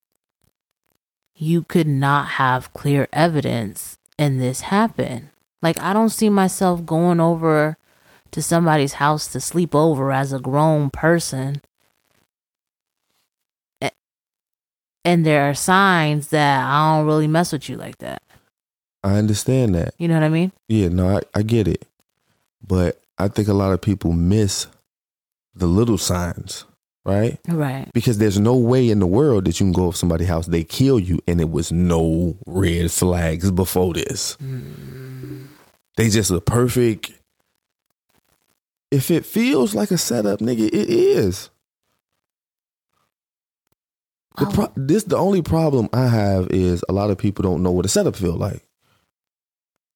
Speaker 3: you could not have clear evidence and this happen. Like, I don't see myself going over to somebody's house to sleep over as a grown person. A- And there are signs that I don't really mess with you like that.
Speaker 2: I understand that.
Speaker 3: You know what I mean?
Speaker 2: Yeah. No, I, I get it. But I think a lot of people miss the little signs. Right.
Speaker 3: Right.
Speaker 2: Because there's no way in the world that you can go up somebody's house, they kill you, and it was no red flags before this. They just a perfect. If it feels like a setup, nigga, it is. The
Speaker 3: Oh,
Speaker 2: pro- this the only problem I have is a lot of people don't know what a setup feel like.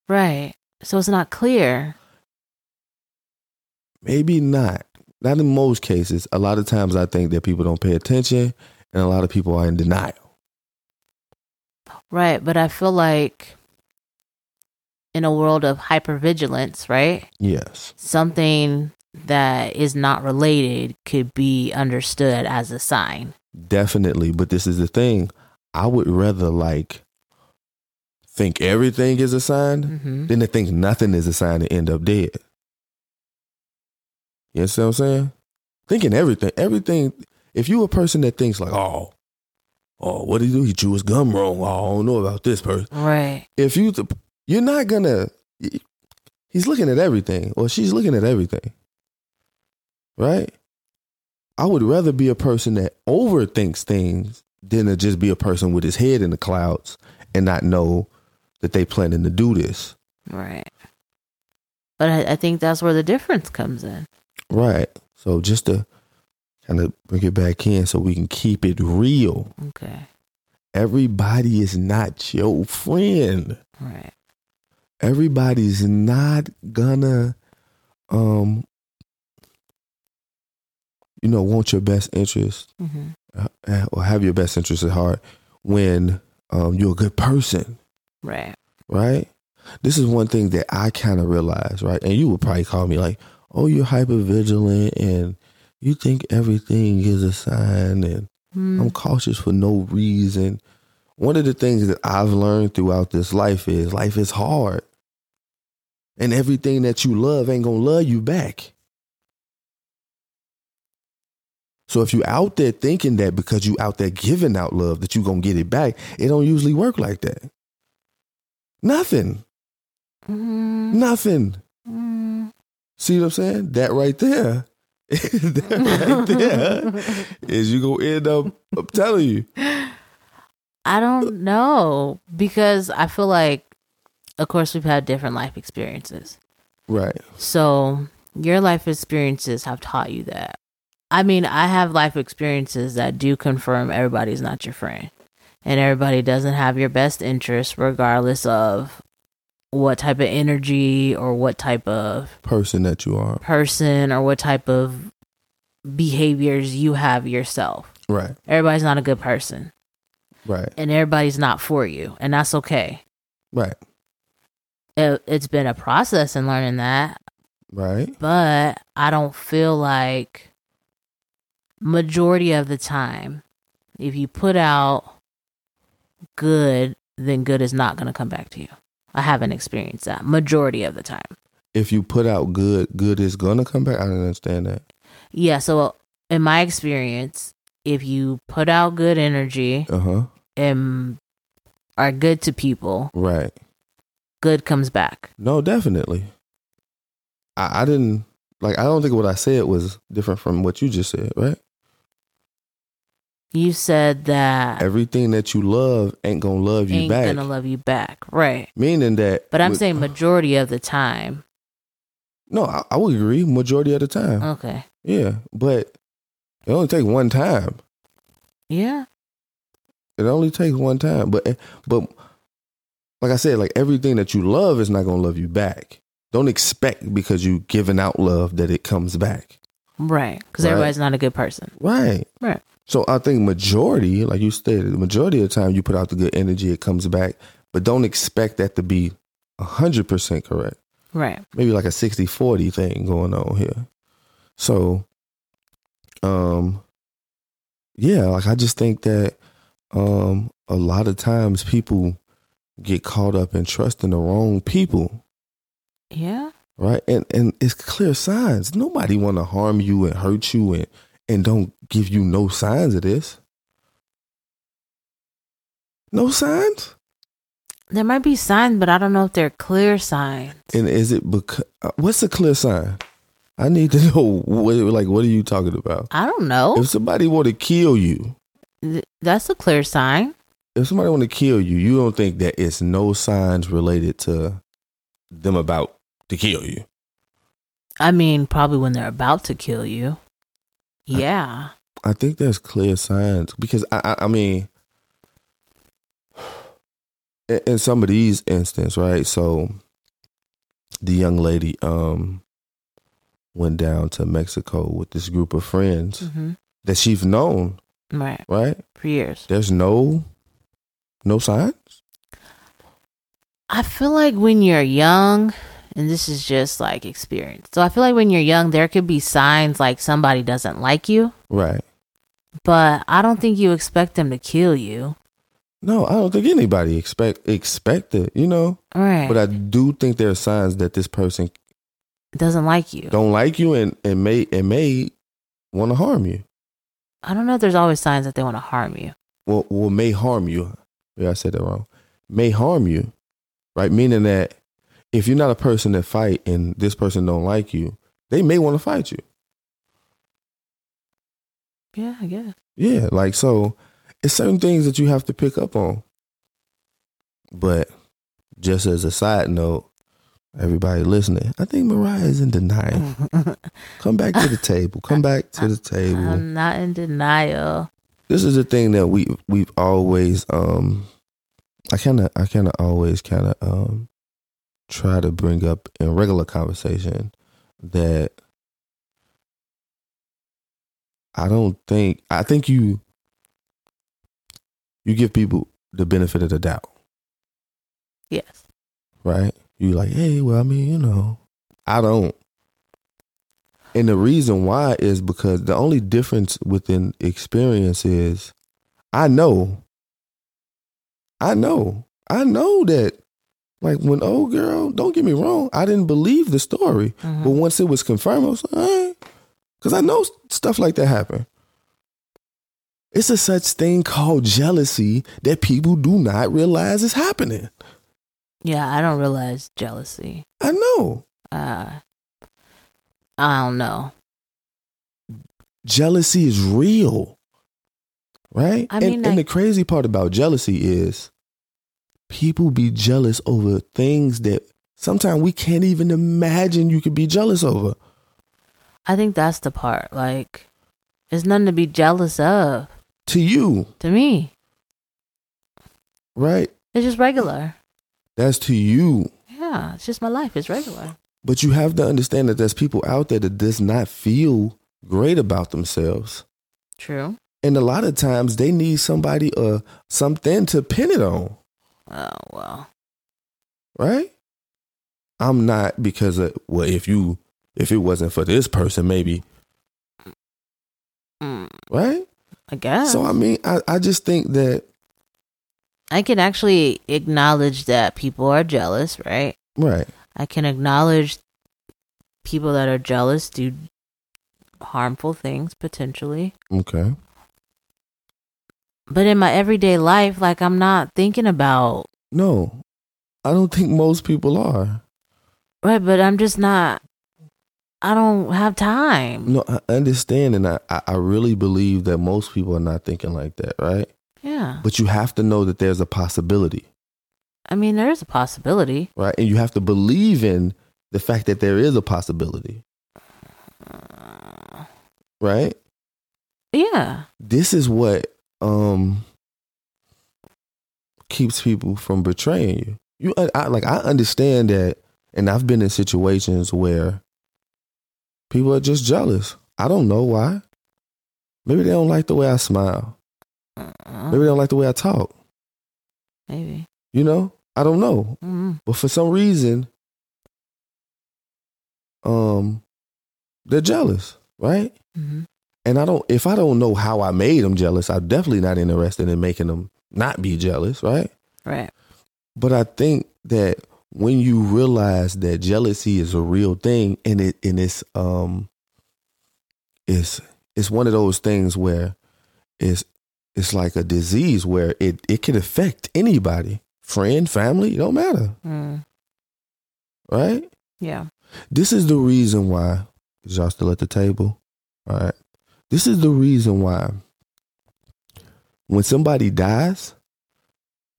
Speaker 3: Right. So it's not clear.
Speaker 2: Maybe not. Not in most cases. A lot of times I think that people don't pay attention and a lot of people are in denial.
Speaker 3: Right, but I feel like in a world of hypervigilance, right?
Speaker 2: Yes.
Speaker 3: Something that is not related could be understood as a sign.
Speaker 2: Definitely. But this is the thing. I would rather like think everything is a sign
Speaker 3: Mm-hmm.
Speaker 2: than to think nothing is a sign to end up dead. You understand what I'm saying? Thinking everything, everything. If you a person that thinks like, oh, oh, what did he do? He drew his gum wrong. Oh, I don't know about this person.
Speaker 3: Right.
Speaker 2: If you, th- you're not gonna. He's looking at everything, or she's looking at everything. Right? I would rather be a person that overthinks things than to just be a person with his head in the clouds and not know that they planning to do this.
Speaker 3: Right. But I, I think that's where the difference comes in.
Speaker 2: Right. So just to kind of bring it back in so we can keep it real.
Speaker 3: Okay.
Speaker 2: Everybody is not your friend.
Speaker 3: Right.
Speaker 2: Everybody's not gonna um you know, want your best interest
Speaker 3: Mm-hmm.
Speaker 2: uh, uh, or have your best interest at heart when um you're a good person,
Speaker 3: Right.
Speaker 2: right? This is one thing that I kind of realized, right? And you would probably call me like, "Oh, you're hyper vigilant and you think everything is a sign and
Speaker 3: Mm.
Speaker 2: I'm cautious for no reason. One of the things that I've learned throughout this life is life is hard. And everything that you love ain't gonna love you back. So if you out there thinking that because you out there giving out love that you gonna get it back, it don't usually work like that. Nothing.
Speaker 3: Mm.
Speaker 2: Nothing.
Speaker 3: Mm.
Speaker 2: See what I'm saying? That right there. [laughs] that right there is you gonna end up I'm telling you.
Speaker 3: I don't know because I feel like, of course, we've had different life experiences.
Speaker 2: Right.
Speaker 3: So your life experiences have taught you that. I mean, I have life experiences that do confirm everybody's not your friend and everybody doesn't have your best interest, regardless of what type of energy or what type of
Speaker 2: Person that you are.
Speaker 3: person or what type of behaviors you have yourself.
Speaker 2: Right,
Speaker 3: Everybody's not a good person
Speaker 2: right,
Speaker 3: and everybody's not for you, and that's okay.
Speaker 2: right,
Speaker 3: It, it's been a process in learning that,
Speaker 2: right,
Speaker 3: but I don't feel like majority of the time if you put out good, then good is not going to come back to you. I haven't experienced that majority of the time.
Speaker 2: If you put out good, good is gonna come back. I don't understand that.
Speaker 3: Yeah, so in my experience, if you put out good energy
Speaker 2: Uh huh.
Speaker 3: and are good to people,
Speaker 2: Right.
Speaker 3: good comes back.
Speaker 2: No, definitely. I, I didn't like. I don't think what I said was different from what you just said. Right.
Speaker 3: You said that
Speaker 2: Everything that you love ain't gonna love you
Speaker 3: ain't
Speaker 2: back.
Speaker 3: gonna love you back, right?
Speaker 2: Meaning that.
Speaker 3: But I'm
Speaker 2: with-
Speaker 3: saying majority of
Speaker 2: [sighs]
Speaker 3: the time.
Speaker 2: No, I, I would agree. Majority of the time.
Speaker 3: Okay.
Speaker 2: yeah, but it only takes one time.
Speaker 3: Yeah.
Speaker 2: It only takes one time. But but like I said, like everything that you love is not gonna love you back. Don't expect because you giving out love that it comes back.
Speaker 3: Right. Because
Speaker 2: Right.
Speaker 3: everybody's not a good person.
Speaker 2: Right.
Speaker 3: Right.
Speaker 2: So I think majority, like you stated, the majority of the time you put out the good energy, it comes back. But don't expect that to be hundred percent correct.
Speaker 3: Right.
Speaker 2: Maybe like a 60-40 thing going on here. So um yeah, like I just think that um a lot of times people get caught up in trusting the wrong people,
Speaker 3: Yeah.
Speaker 2: right? And and it's clear signs. Nobody want to harm you and hurt you and and don't give you no signs of this. No signs?
Speaker 3: There might be signs, but I don't know if they're clear signs.
Speaker 2: And is it because what's a clear sign? I need to [laughs] know what like what are you talking about?
Speaker 3: I don't know.
Speaker 2: If somebody want to kill you,
Speaker 3: Th- That's a clear sign.
Speaker 2: if somebody want to kill you, you don't think that it's no signs related to them about to kill you.
Speaker 3: I mean, probably when they're about to kill you. Yeah.
Speaker 2: I think there's clear signs because I, I, I mean, [sighs] in, in some of these instances, right? So the young lady um went down to Mexico with this group of friends
Speaker 3: hmm
Speaker 2: that she's known,
Speaker 3: Right.
Speaker 2: right?
Speaker 3: For years.
Speaker 2: There's no, no sign.
Speaker 3: I feel like when you're young, and this is just like experience. So I feel like when you're young, there could be signs like somebody doesn't like you,
Speaker 2: Right.
Speaker 3: but I don't think you expect them to kill you.
Speaker 2: No, I don't think anybody expect expect it, you know.
Speaker 3: Right.
Speaker 2: But I do think there are signs that this person
Speaker 3: doesn't like you.
Speaker 2: don't like you and, and may and may want to harm you.
Speaker 3: I don't know if there's always signs that they want to harm you.
Speaker 2: Well, well, may harm you. Yeah, I said that wrong. May harm you, right? Meaning that if you're not a person that fight and this person don't like you, they may want to fight you.
Speaker 3: Yeah, I guess.
Speaker 2: Yeah, like so, it's certain things that you have to pick up on. But just as a side note, everybody listening, I think Mariah is in denial. Come back to the table. Come back to the table.
Speaker 3: I'm not in denial.
Speaker 2: This is the thing that we we've always um, I kind of I kind of always kind of um, try to bring up in regular conversation that I don't think I think you you give people the benefit of the doubt,
Speaker 3: Yes.
Speaker 2: right? You like, hey, well, I mean, you know, I don't. And the reason why is because the only difference within experience is I know. I know. I know that like when old girl, don't get me wrong, I didn't believe the story.
Speaker 3: Mhm.
Speaker 2: But once it was confirmed, I was like, all right. Cause I know s- stuff like that happen. It's a such thing called jealousy that people do not realize is happening.
Speaker 3: Yeah, I don't realize jealousy.
Speaker 2: I know.
Speaker 3: Uh, I don't know.
Speaker 2: jealousy is real. Right?
Speaker 3: I
Speaker 2: and,
Speaker 3: mean,
Speaker 2: and the
Speaker 3: like-
Speaker 2: crazy part about jealousy is people be jealous over things that sometimes we can't even imagine you could be jealous over.
Speaker 3: I think that's the part. Like, it's nothing to be jealous of
Speaker 2: To you,
Speaker 3: to me.
Speaker 2: right?
Speaker 3: It's just regular.
Speaker 2: That's to you.
Speaker 3: Yeah, it's just my life. It's regular.
Speaker 2: But you have to understand that there's people out there that does not feel great about themselves.
Speaker 3: True.
Speaker 2: And a lot of times they need somebody or something to pin it on.
Speaker 3: Oh, well.
Speaker 2: right? I'm not because of, well, if you if it wasn't for this person, maybe
Speaker 3: Mm,
Speaker 2: right.
Speaker 3: I guess.
Speaker 2: So I mean, I I just think that
Speaker 3: I can actually acknowledge that people are jealous, right?
Speaker 2: right,
Speaker 3: I can acknowledge people that are jealous do harmful things potentially.
Speaker 2: okay,
Speaker 3: But in my everyday life, like I'm not thinking about
Speaker 2: no, I don't think most people are.
Speaker 3: right, but I'm just not I don't have time.
Speaker 2: No, I understand, and I I I really believe that most people are not thinking like that, right?
Speaker 3: Yeah.
Speaker 2: But you have to know that there's a possibility,
Speaker 3: I mean there is a possibility.
Speaker 2: right? And you have to believe in the fact that there is a possibility,
Speaker 3: Uh,
Speaker 2: right?
Speaker 3: yeah.
Speaker 2: this is what um keeps people from betraying you. You I, I, like I understand that, and I've been in situations where people are just jealous. I don't know why. Maybe they don't like the way I smile.
Speaker 3: Uh,
Speaker 2: Maybe they don't like the way I talk.
Speaker 3: maybe.
Speaker 2: You know, I don't know,
Speaker 3: Mm,
Speaker 2: but for some reason, um, they're jealous, right?
Speaker 3: mhm.
Speaker 2: And I don't, if I don't know how I made them jealous, I'm definitely not interested in making them not be jealous, right?
Speaker 3: Right.
Speaker 2: But I think that when you realize that jealousy is a real thing and it, and it's, um, it's, it's one of those things where it's, it's like a disease where it, it can affect anybody, friend, family, it don't matter,
Speaker 3: Mm,
Speaker 2: right?
Speaker 3: yeah.
Speaker 2: This is the reason why. Is y'all still at the table? All right. This is the reason why. When somebody dies,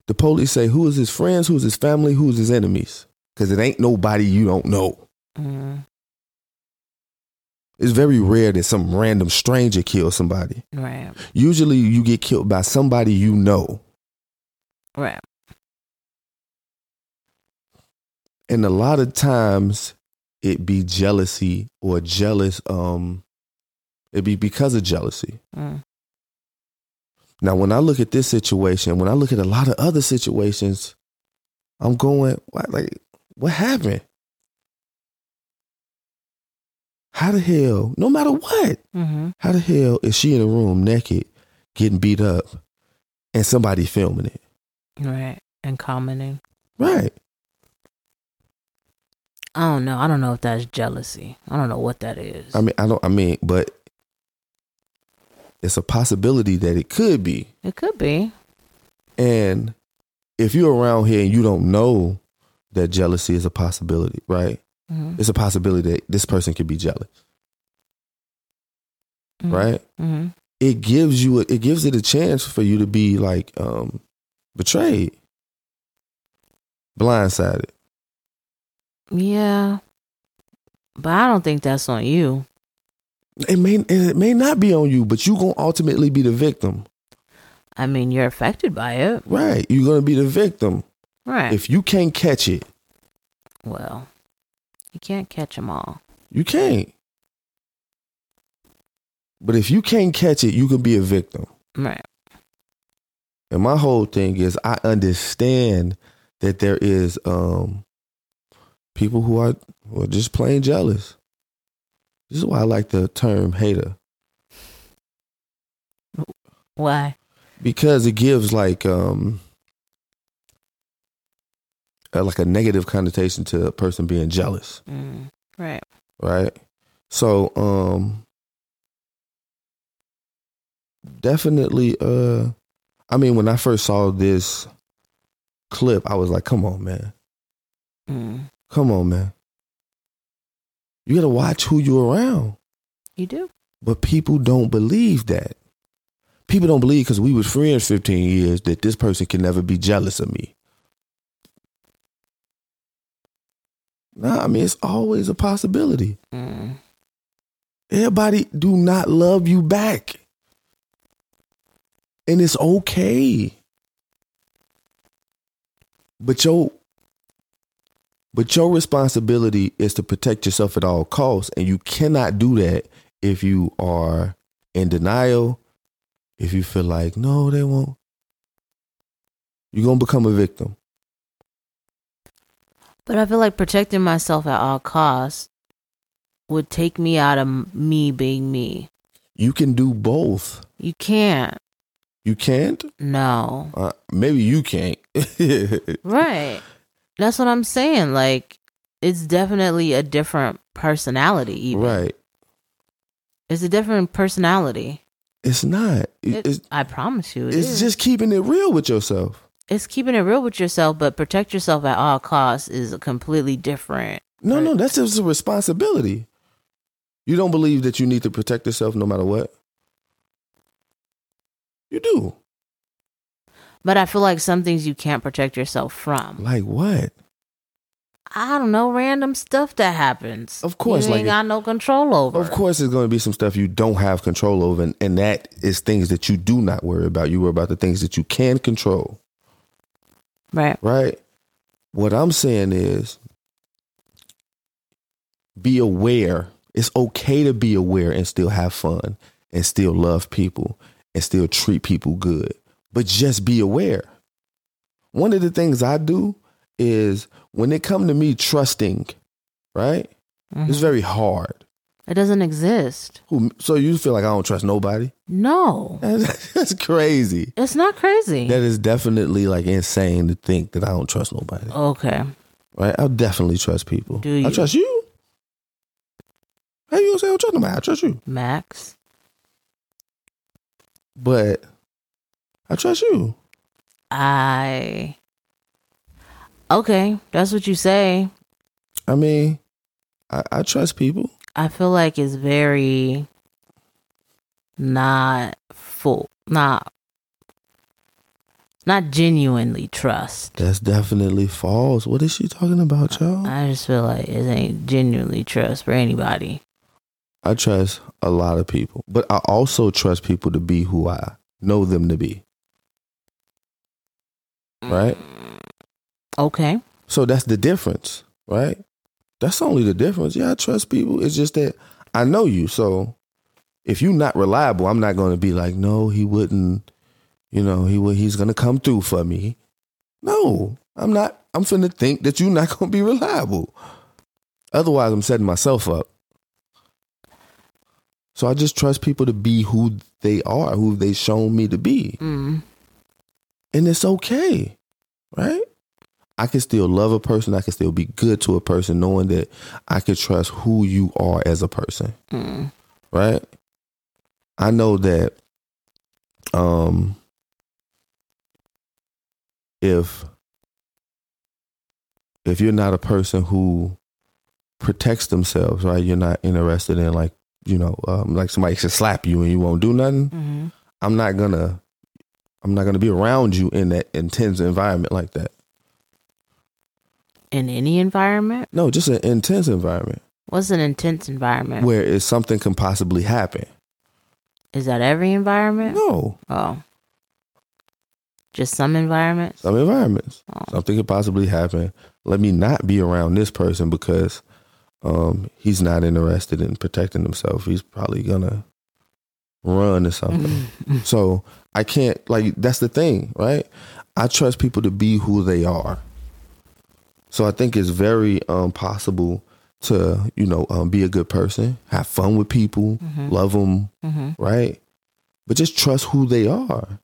Speaker 2: the police say, "Who is his friends? Who's his family? Who's his enemies?" Because it ain't nobody you don't know.
Speaker 3: Mm,
Speaker 2: It's very rare that some random stranger kills somebody.
Speaker 3: right.
Speaker 2: Usually, you get killed by somebody you know.
Speaker 3: Right.
Speaker 2: and a lot of times it be jealousy or jealous um it be because of jealousy
Speaker 3: Mm.
Speaker 2: now when i look at this situation when i look at a lot of other situations I'm going, what, like, what happened? How the hell, no matter what,
Speaker 3: Mm-hmm.
Speaker 2: how the hell is she in the room naked, getting beat up, and somebody filming it?
Speaker 3: Right. And commenting.
Speaker 2: Right.
Speaker 3: I don't know. I don't know if that's jealousy. I don't know what that is.
Speaker 2: I mean, I don't, I mean, but it's a possibility that it could be.
Speaker 3: it could be.
Speaker 2: And if you're around here and you don't know that jealousy is a possibility, right?
Speaker 3: Mm-hmm.
Speaker 2: It's a possibility that this person could be jealous, right?
Speaker 3: Mm-hmm.
Speaker 2: It gives you a, it gives it a chance for you to be like um betrayed, blindsided.
Speaker 3: Yeah. But I don't think that's on you.
Speaker 2: It may it may not be on you, but you gonna ultimately be the victim,
Speaker 3: I mean, you're affected by it.
Speaker 2: right? You're gonna be the victim
Speaker 3: Right.
Speaker 2: if you can't catch it.
Speaker 3: well, you can't catch them all.
Speaker 2: You can't. But if you can't catch it, you can be a victim.
Speaker 3: Right.
Speaker 2: And my whole thing is I understand that there is um people who are who are just plain jealous. This is why I like the term hater.
Speaker 3: Why?
Speaker 2: Because it gives like um uh, like a negative connotation to a person being jealous.
Speaker 3: Mm. Right.
Speaker 2: right? So, um, definitely, uh, I mean, when I first saw this clip, I was like, come on, man.
Speaker 3: Mm.
Speaker 2: Come on, man. You gotta watch who you're around.
Speaker 3: You do.
Speaker 2: But people don't believe that. People don't believe because we was friends 15 years that this person can never be jealous of me. Nah, I mean, it's always a possibility.
Speaker 3: Mm.
Speaker 2: Everybody do not love you back. And it's okay. But your but your responsibility is to protect yourself at all costs and you cannot do that if you are in denial, if you feel like no, they won't. You're going to become a victim.
Speaker 3: But I feel like protecting myself at all costs would take me out of m- me being me.
Speaker 2: You can do both.
Speaker 3: You can't.
Speaker 2: You can't?
Speaker 3: No.
Speaker 2: Uh, maybe you can't. [laughs]
Speaker 3: Right. That's what I'm saying. Like, it's definitely a different personality, even.
Speaker 2: right.
Speaker 3: It's a different personality.
Speaker 2: It's not.
Speaker 3: It-
Speaker 2: it's
Speaker 3: I promise you. it
Speaker 2: it's
Speaker 3: is.
Speaker 2: just keeping it real with yourself.
Speaker 3: it's keeping it real with yourself, but protect yourself at all costs is a completely different.
Speaker 2: No,
Speaker 3: Right.
Speaker 2: no, that's just a responsibility. You don't believe that you need to protect yourself no matter what. You do.
Speaker 3: But I feel like some things you can't protect yourself from.
Speaker 2: Like what?
Speaker 3: I don't know, random stuff that happens.
Speaker 2: Of course,
Speaker 3: you
Speaker 2: like
Speaker 3: ain't
Speaker 2: it-
Speaker 3: got no control over.
Speaker 2: Of course, there's going to be some stuff you don't have control over, and, and that is things that you do not worry about. You worry about the things that you can control,
Speaker 3: right?
Speaker 2: right? What I'm saying is be aware. It's okay to be aware and still have fun and still love people and still treat people good, but just be aware. One of the things I do is when it come to me trusting, right? It's very hard.
Speaker 3: It doesn't exist.
Speaker 2: Who- So you feel like I don't trust nobody? [laughs]
Speaker 3: No,
Speaker 2: That's, that's crazy.
Speaker 3: it's not crazy.
Speaker 2: That is definitely like insane to think that I don't trust nobody.
Speaker 3: okay,
Speaker 2: Right? I definitely trust people.
Speaker 3: Do you?
Speaker 2: I trust you. How you gonna say I don't trust nobody? I trust you.
Speaker 3: Max.
Speaker 2: But I trust you.
Speaker 3: I. Okay, that's what you say.
Speaker 2: I mean, I, I trust people.
Speaker 3: I feel like it's very not full, not not genuinely trust.
Speaker 2: That's definitely false. What is she talking about, y'all? I,
Speaker 3: I just feel like it ain't genuinely trust for anybody.
Speaker 2: trust a lot of people. But I also trust people to be who I know them to be. Right?
Speaker 3: Okay.
Speaker 2: So that's the difference, right? That's only the difference. Yeah, I trust people. It's just that I know you. So if you're not reliable, I'm not going to be like, no, he wouldn't. You know, he would. He's going to come through for me. No, I'm not I'm finna think that you're not [laughs] gonna be reliable. Otherwise, I'm setting myself up. So I just trust people to be who they are, who they shown me to be,
Speaker 3: Mm.
Speaker 2: and it's okay, right? I can still love a person. I can still be good to a person, knowing that I can trust who you are as a person
Speaker 3: Mm.
Speaker 2: right? I know that um if if you're not a person who protects themselves, right? You're not interested in like, you know, um, like somebody should slap you and you won't do nothing.
Speaker 3: Mm-hmm.
Speaker 2: I'm not going to I'm not going to be around you in that intense environment like that.
Speaker 3: In any environment,
Speaker 2: No, just an intense environment
Speaker 3: what's an intense environment?
Speaker 2: where it's something can possibly happen.
Speaker 3: Is that every environment?
Speaker 2: No,
Speaker 3: Oh, just some environments.
Speaker 2: some environments.
Speaker 3: Oh.
Speaker 2: something could possibly happen. Let me not be around this person because um, he's not interested in protecting himself. He's probably gonna run or something. so I can't like that's the thing, right? I trust people to be who they are. So I think it's very um, possible to you know um, be a good person, have fun with people,
Speaker 3: Mhm.
Speaker 2: love them,
Speaker 3: Mhm.
Speaker 2: right? But just trust who they are.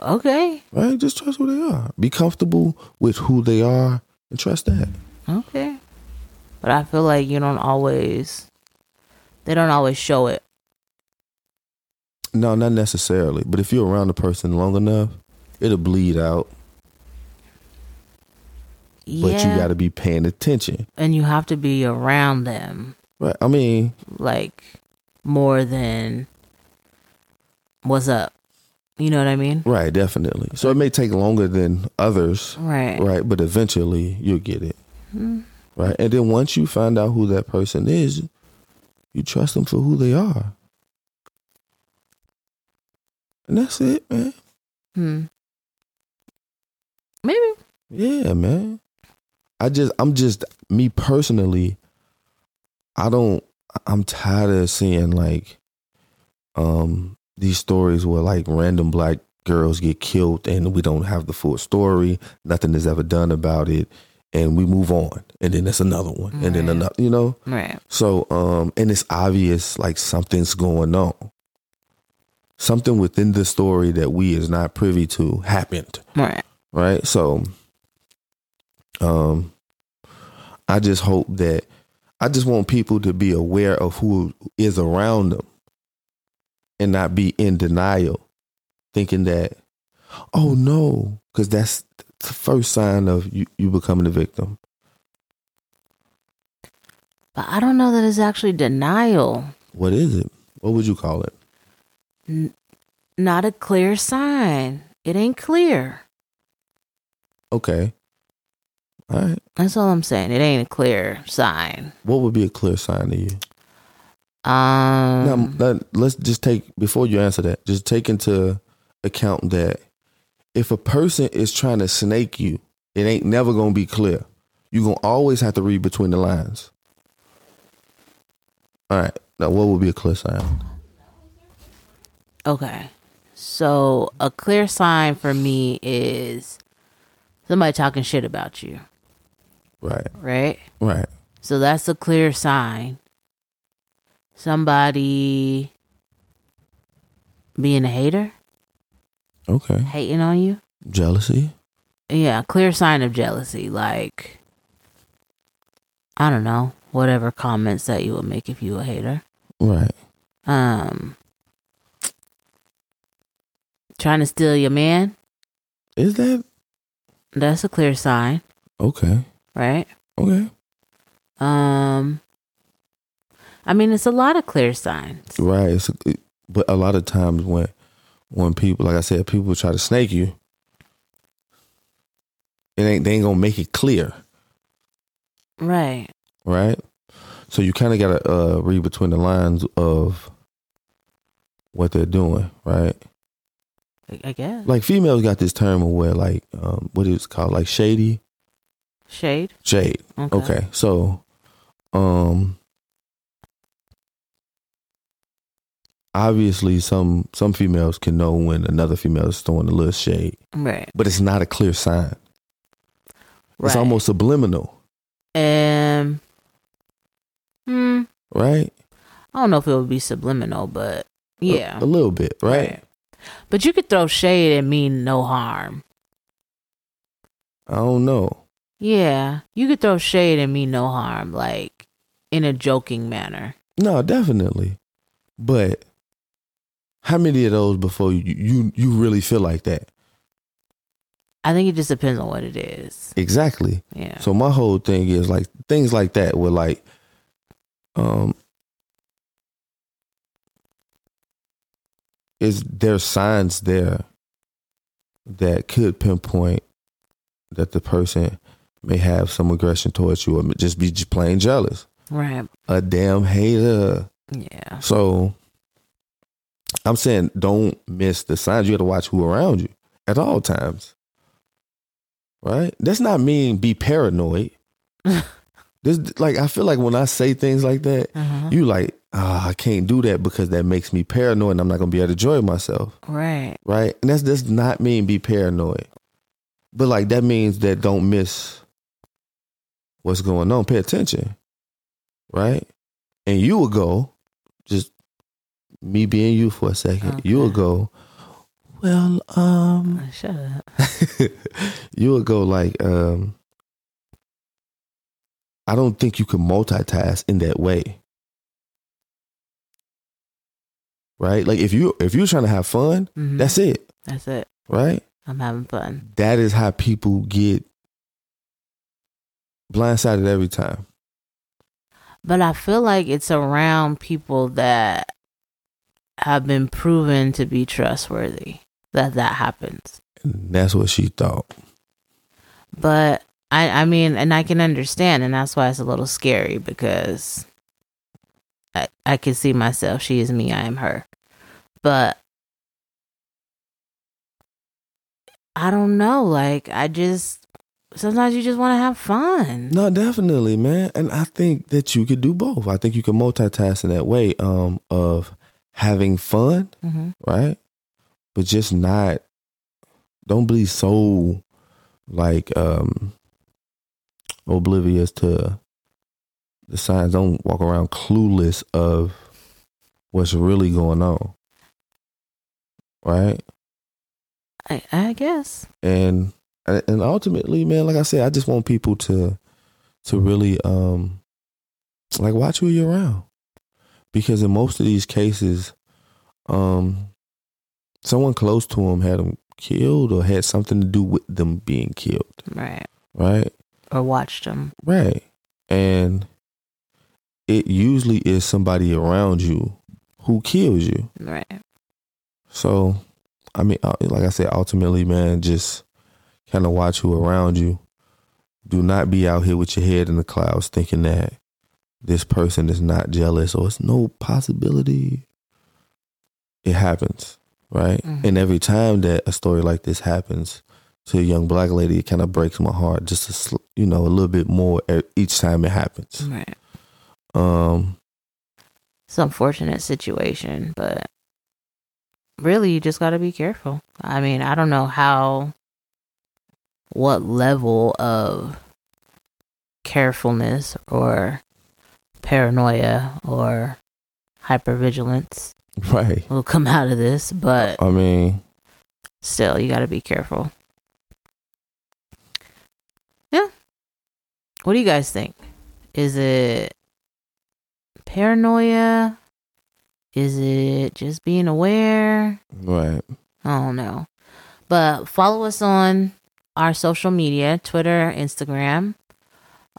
Speaker 3: Okay.
Speaker 2: Right? Just trust who they are. Be comfortable with who they are and trust that.
Speaker 3: Okay. But I feel like you don't always. They don't always show it.
Speaker 2: No, not necessarily. But if you're around a person long enough, it'll bleed out. But
Speaker 3: yeah.
Speaker 2: you got to be paying attention.
Speaker 3: and you have to be around them
Speaker 2: Right? I mean,
Speaker 3: like more than what's up. You know what I mean?
Speaker 2: right, definitely. So it may take longer than others,
Speaker 3: Right.
Speaker 2: right? But eventually you'll get it.
Speaker 3: Mm.
Speaker 2: Right? And then once you find out who that person is, you trust them for who they are. And that's it, man.
Speaker 3: Hmm. Maybe.
Speaker 2: Yeah, man. I just, I'm just, me personally, I don't, I'm tired of seeing like, um, these stories where like random black girls get killed and we don't have the full story. Nothing is ever done about it. And we move on. And then there's another one. And then
Speaker 3: Right.
Speaker 2: another, you know?
Speaker 3: Right.
Speaker 2: So, um, and it's obvious like something's going on. Something within the story that we is not privy to happened
Speaker 3: Right.
Speaker 2: right? So, um, I just hope that I just want people to be aware of who is around them and not be in denial, thinking that, oh no, because that's the first sign of you, you becoming a victim.
Speaker 3: But I don't know that it's actually denial.
Speaker 2: What is it? What would you call it?
Speaker 3: N- not a clear sign. It ain't clear.
Speaker 2: Okay. All right.
Speaker 3: That's all I'm saying. It ain't a clear sign.
Speaker 2: What would be a clear sign to you?
Speaker 3: Um.
Speaker 2: Now, now, let's just take before you answer that. Just take into account that if a person is trying to snake you, it ain't never gonna be clear. You gonna always have to read between the lines. All right. Now, what would be a clear sign?
Speaker 3: Okay. So a clear sign for me is somebody talking shit about you,
Speaker 2: Right.
Speaker 3: right?
Speaker 2: Right.
Speaker 3: So that's a clear sign. Somebody being a hater,
Speaker 2: Okay.
Speaker 3: hating on you.
Speaker 2: Jealousy.
Speaker 3: Yeah, clear sign of jealousy. Like, I don't know, whatever comments that you would make if you a hater.
Speaker 2: Right.
Speaker 3: Um, trying to steal your man.
Speaker 2: Is that
Speaker 3: That's a clear sign,
Speaker 2: okay?
Speaker 3: right?
Speaker 2: Okay.
Speaker 3: Um, I mean, it's a lot of clear signs.
Speaker 2: Right. It's, it, but a lot of times when when people, like I said, people try to snake you, it ain't they ain't gonna make it clear.
Speaker 3: Right.
Speaker 2: right? So you kind of got to uh, read between the lines of what they're doing, right?
Speaker 3: I- I guess.
Speaker 2: Like females got this term where like um, what is it called like shady
Speaker 3: Shade.
Speaker 2: shade.
Speaker 3: Okay.
Speaker 2: Okay, so um, obviously some some females can know when another female is throwing a little shade,
Speaker 3: Right.
Speaker 2: but it's not a clear sign. It's almost subliminal,
Speaker 3: Um, hmm,
Speaker 2: right?
Speaker 3: I don't know if it would be subliminal, but
Speaker 2: A-
Speaker 3: yeah.
Speaker 2: a, little bit, right?
Speaker 3: But you could throw shade and mean no harm.
Speaker 2: I don't know.
Speaker 3: Yeah, you could throw shade and mean no harm, like in a joking manner.
Speaker 2: No, definitely. But how many of those before you you, you really feel like that?
Speaker 3: I think it just depends on what it is.
Speaker 2: Exactly.
Speaker 3: Yeah.
Speaker 2: So my whole thing is like things like that were like um is there's signs there that could pinpoint that the person may have some aggression towards you or may just be just plain jealous.
Speaker 3: Right.
Speaker 2: A damn hater.
Speaker 3: Yeah.
Speaker 2: So I'm saying don't miss the signs. You got to watch who around you at all times. Right? That's not mean be paranoid. this like I feel like when I say things like that,
Speaker 3: Uh-huh.
Speaker 2: you like, ah, I can't do that because that makes me paranoid and I'm not gonna be able to enjoy myself.
Speaker 3: Right.
Speaker 2: Right? And that's that's not mean be paranoid. But like that means that don't miss what's going on. Pay attention. Right? And you will go, just me being you for a second, you will
Speaker 3: Okay.
Speaker 2: go, Well, um [laughs]
Speaker 3: Uh, Shut up.
Speaker 2: you will go like, um I don't think you can multitask in that way. Right? Like if you if you're trying to have fun,
Speaker 3: Mhm.
Speaker 2: that's it.
Speaker 3: That's it.
Speaker 2: Right?
Speaker 3: I'm having fun.
Speaker 2: that is how people get blindsided every time.
Speaker 3: But I feel like it's around people that have been proven to be trustworthy that that happens.
Speaker 2: And that's what she thought.
Speaker 3: but I, I mean, and I can understand, and that's why it's a little scary because I, I can see myself. She is me. I am her. But I don't know. Like I just sometimes you just want to have fun.
Speaker 2: No, definitely, man. And I think that you could do both. I think you can multitask in that way um, of having fun,
Speaker 3: hmm
Speaker 2: right? But just not, don't be so like um, oblivious to the signs. Don't walk around clueless of what's really going on, right?
Speaker 3: I, I guess.
Speaker 2: and and ultimately, man, like I said, I just want people to to really um like watch who you're around because in most of these cases, um, someone close to them had them killed or had something to do with them being killed,
Speaker 3: Right.
Speaker 2: right?
Speaker 3: Or watched them.
Speaker 2: Right, and it usually is somebody around you who kills you.
Speaker 3: Right.
Speaker 2: So, I mean, uh, like I said, ultimately, man, just kind of watch who around you. Do not be out here with your head in the clouds thinking that this person is not jealous or it's no possibility. It happens, right?
Speaker 3: Mhm.
Speaker 2: And every time that a story like this happens to a young black lady, it kind of breaks my heart just a, sl- you know, a little bit more e- each time it happens.
Speaker 3: Right.
Speaker 2: Um, [laughs]
Speaker 3: It's an unfortunate situation, but really, you just got to be careful. I mean, I don't know how, what level of carefulness or paranoia or hypervigilance
Speaker 2: right.
Speaker 3: will come out of this, but
Speaker 2: I mean,
Speaker 3: still, you got to be careful. Yeah. What do you guys think? Is it paranoia? Is it just being aware?
Speaker 2: right.
Speaker 3: I don't know. But follow us on our social media Twitter, Instagram,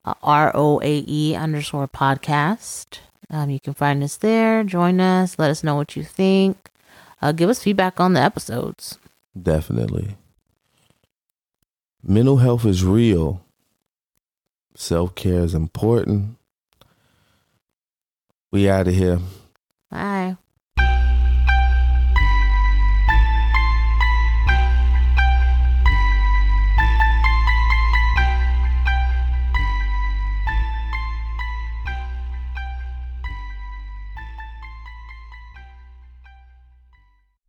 Speaker 3: uh, ROAE E underscore podcast. Um, you can find us there. Join us. Let us know what you think. Uh, give us feedback on the episodes.
Speaker 2: Definitely. Mental health is real. Self care is important. We out of here.
Speaker 3: Bye.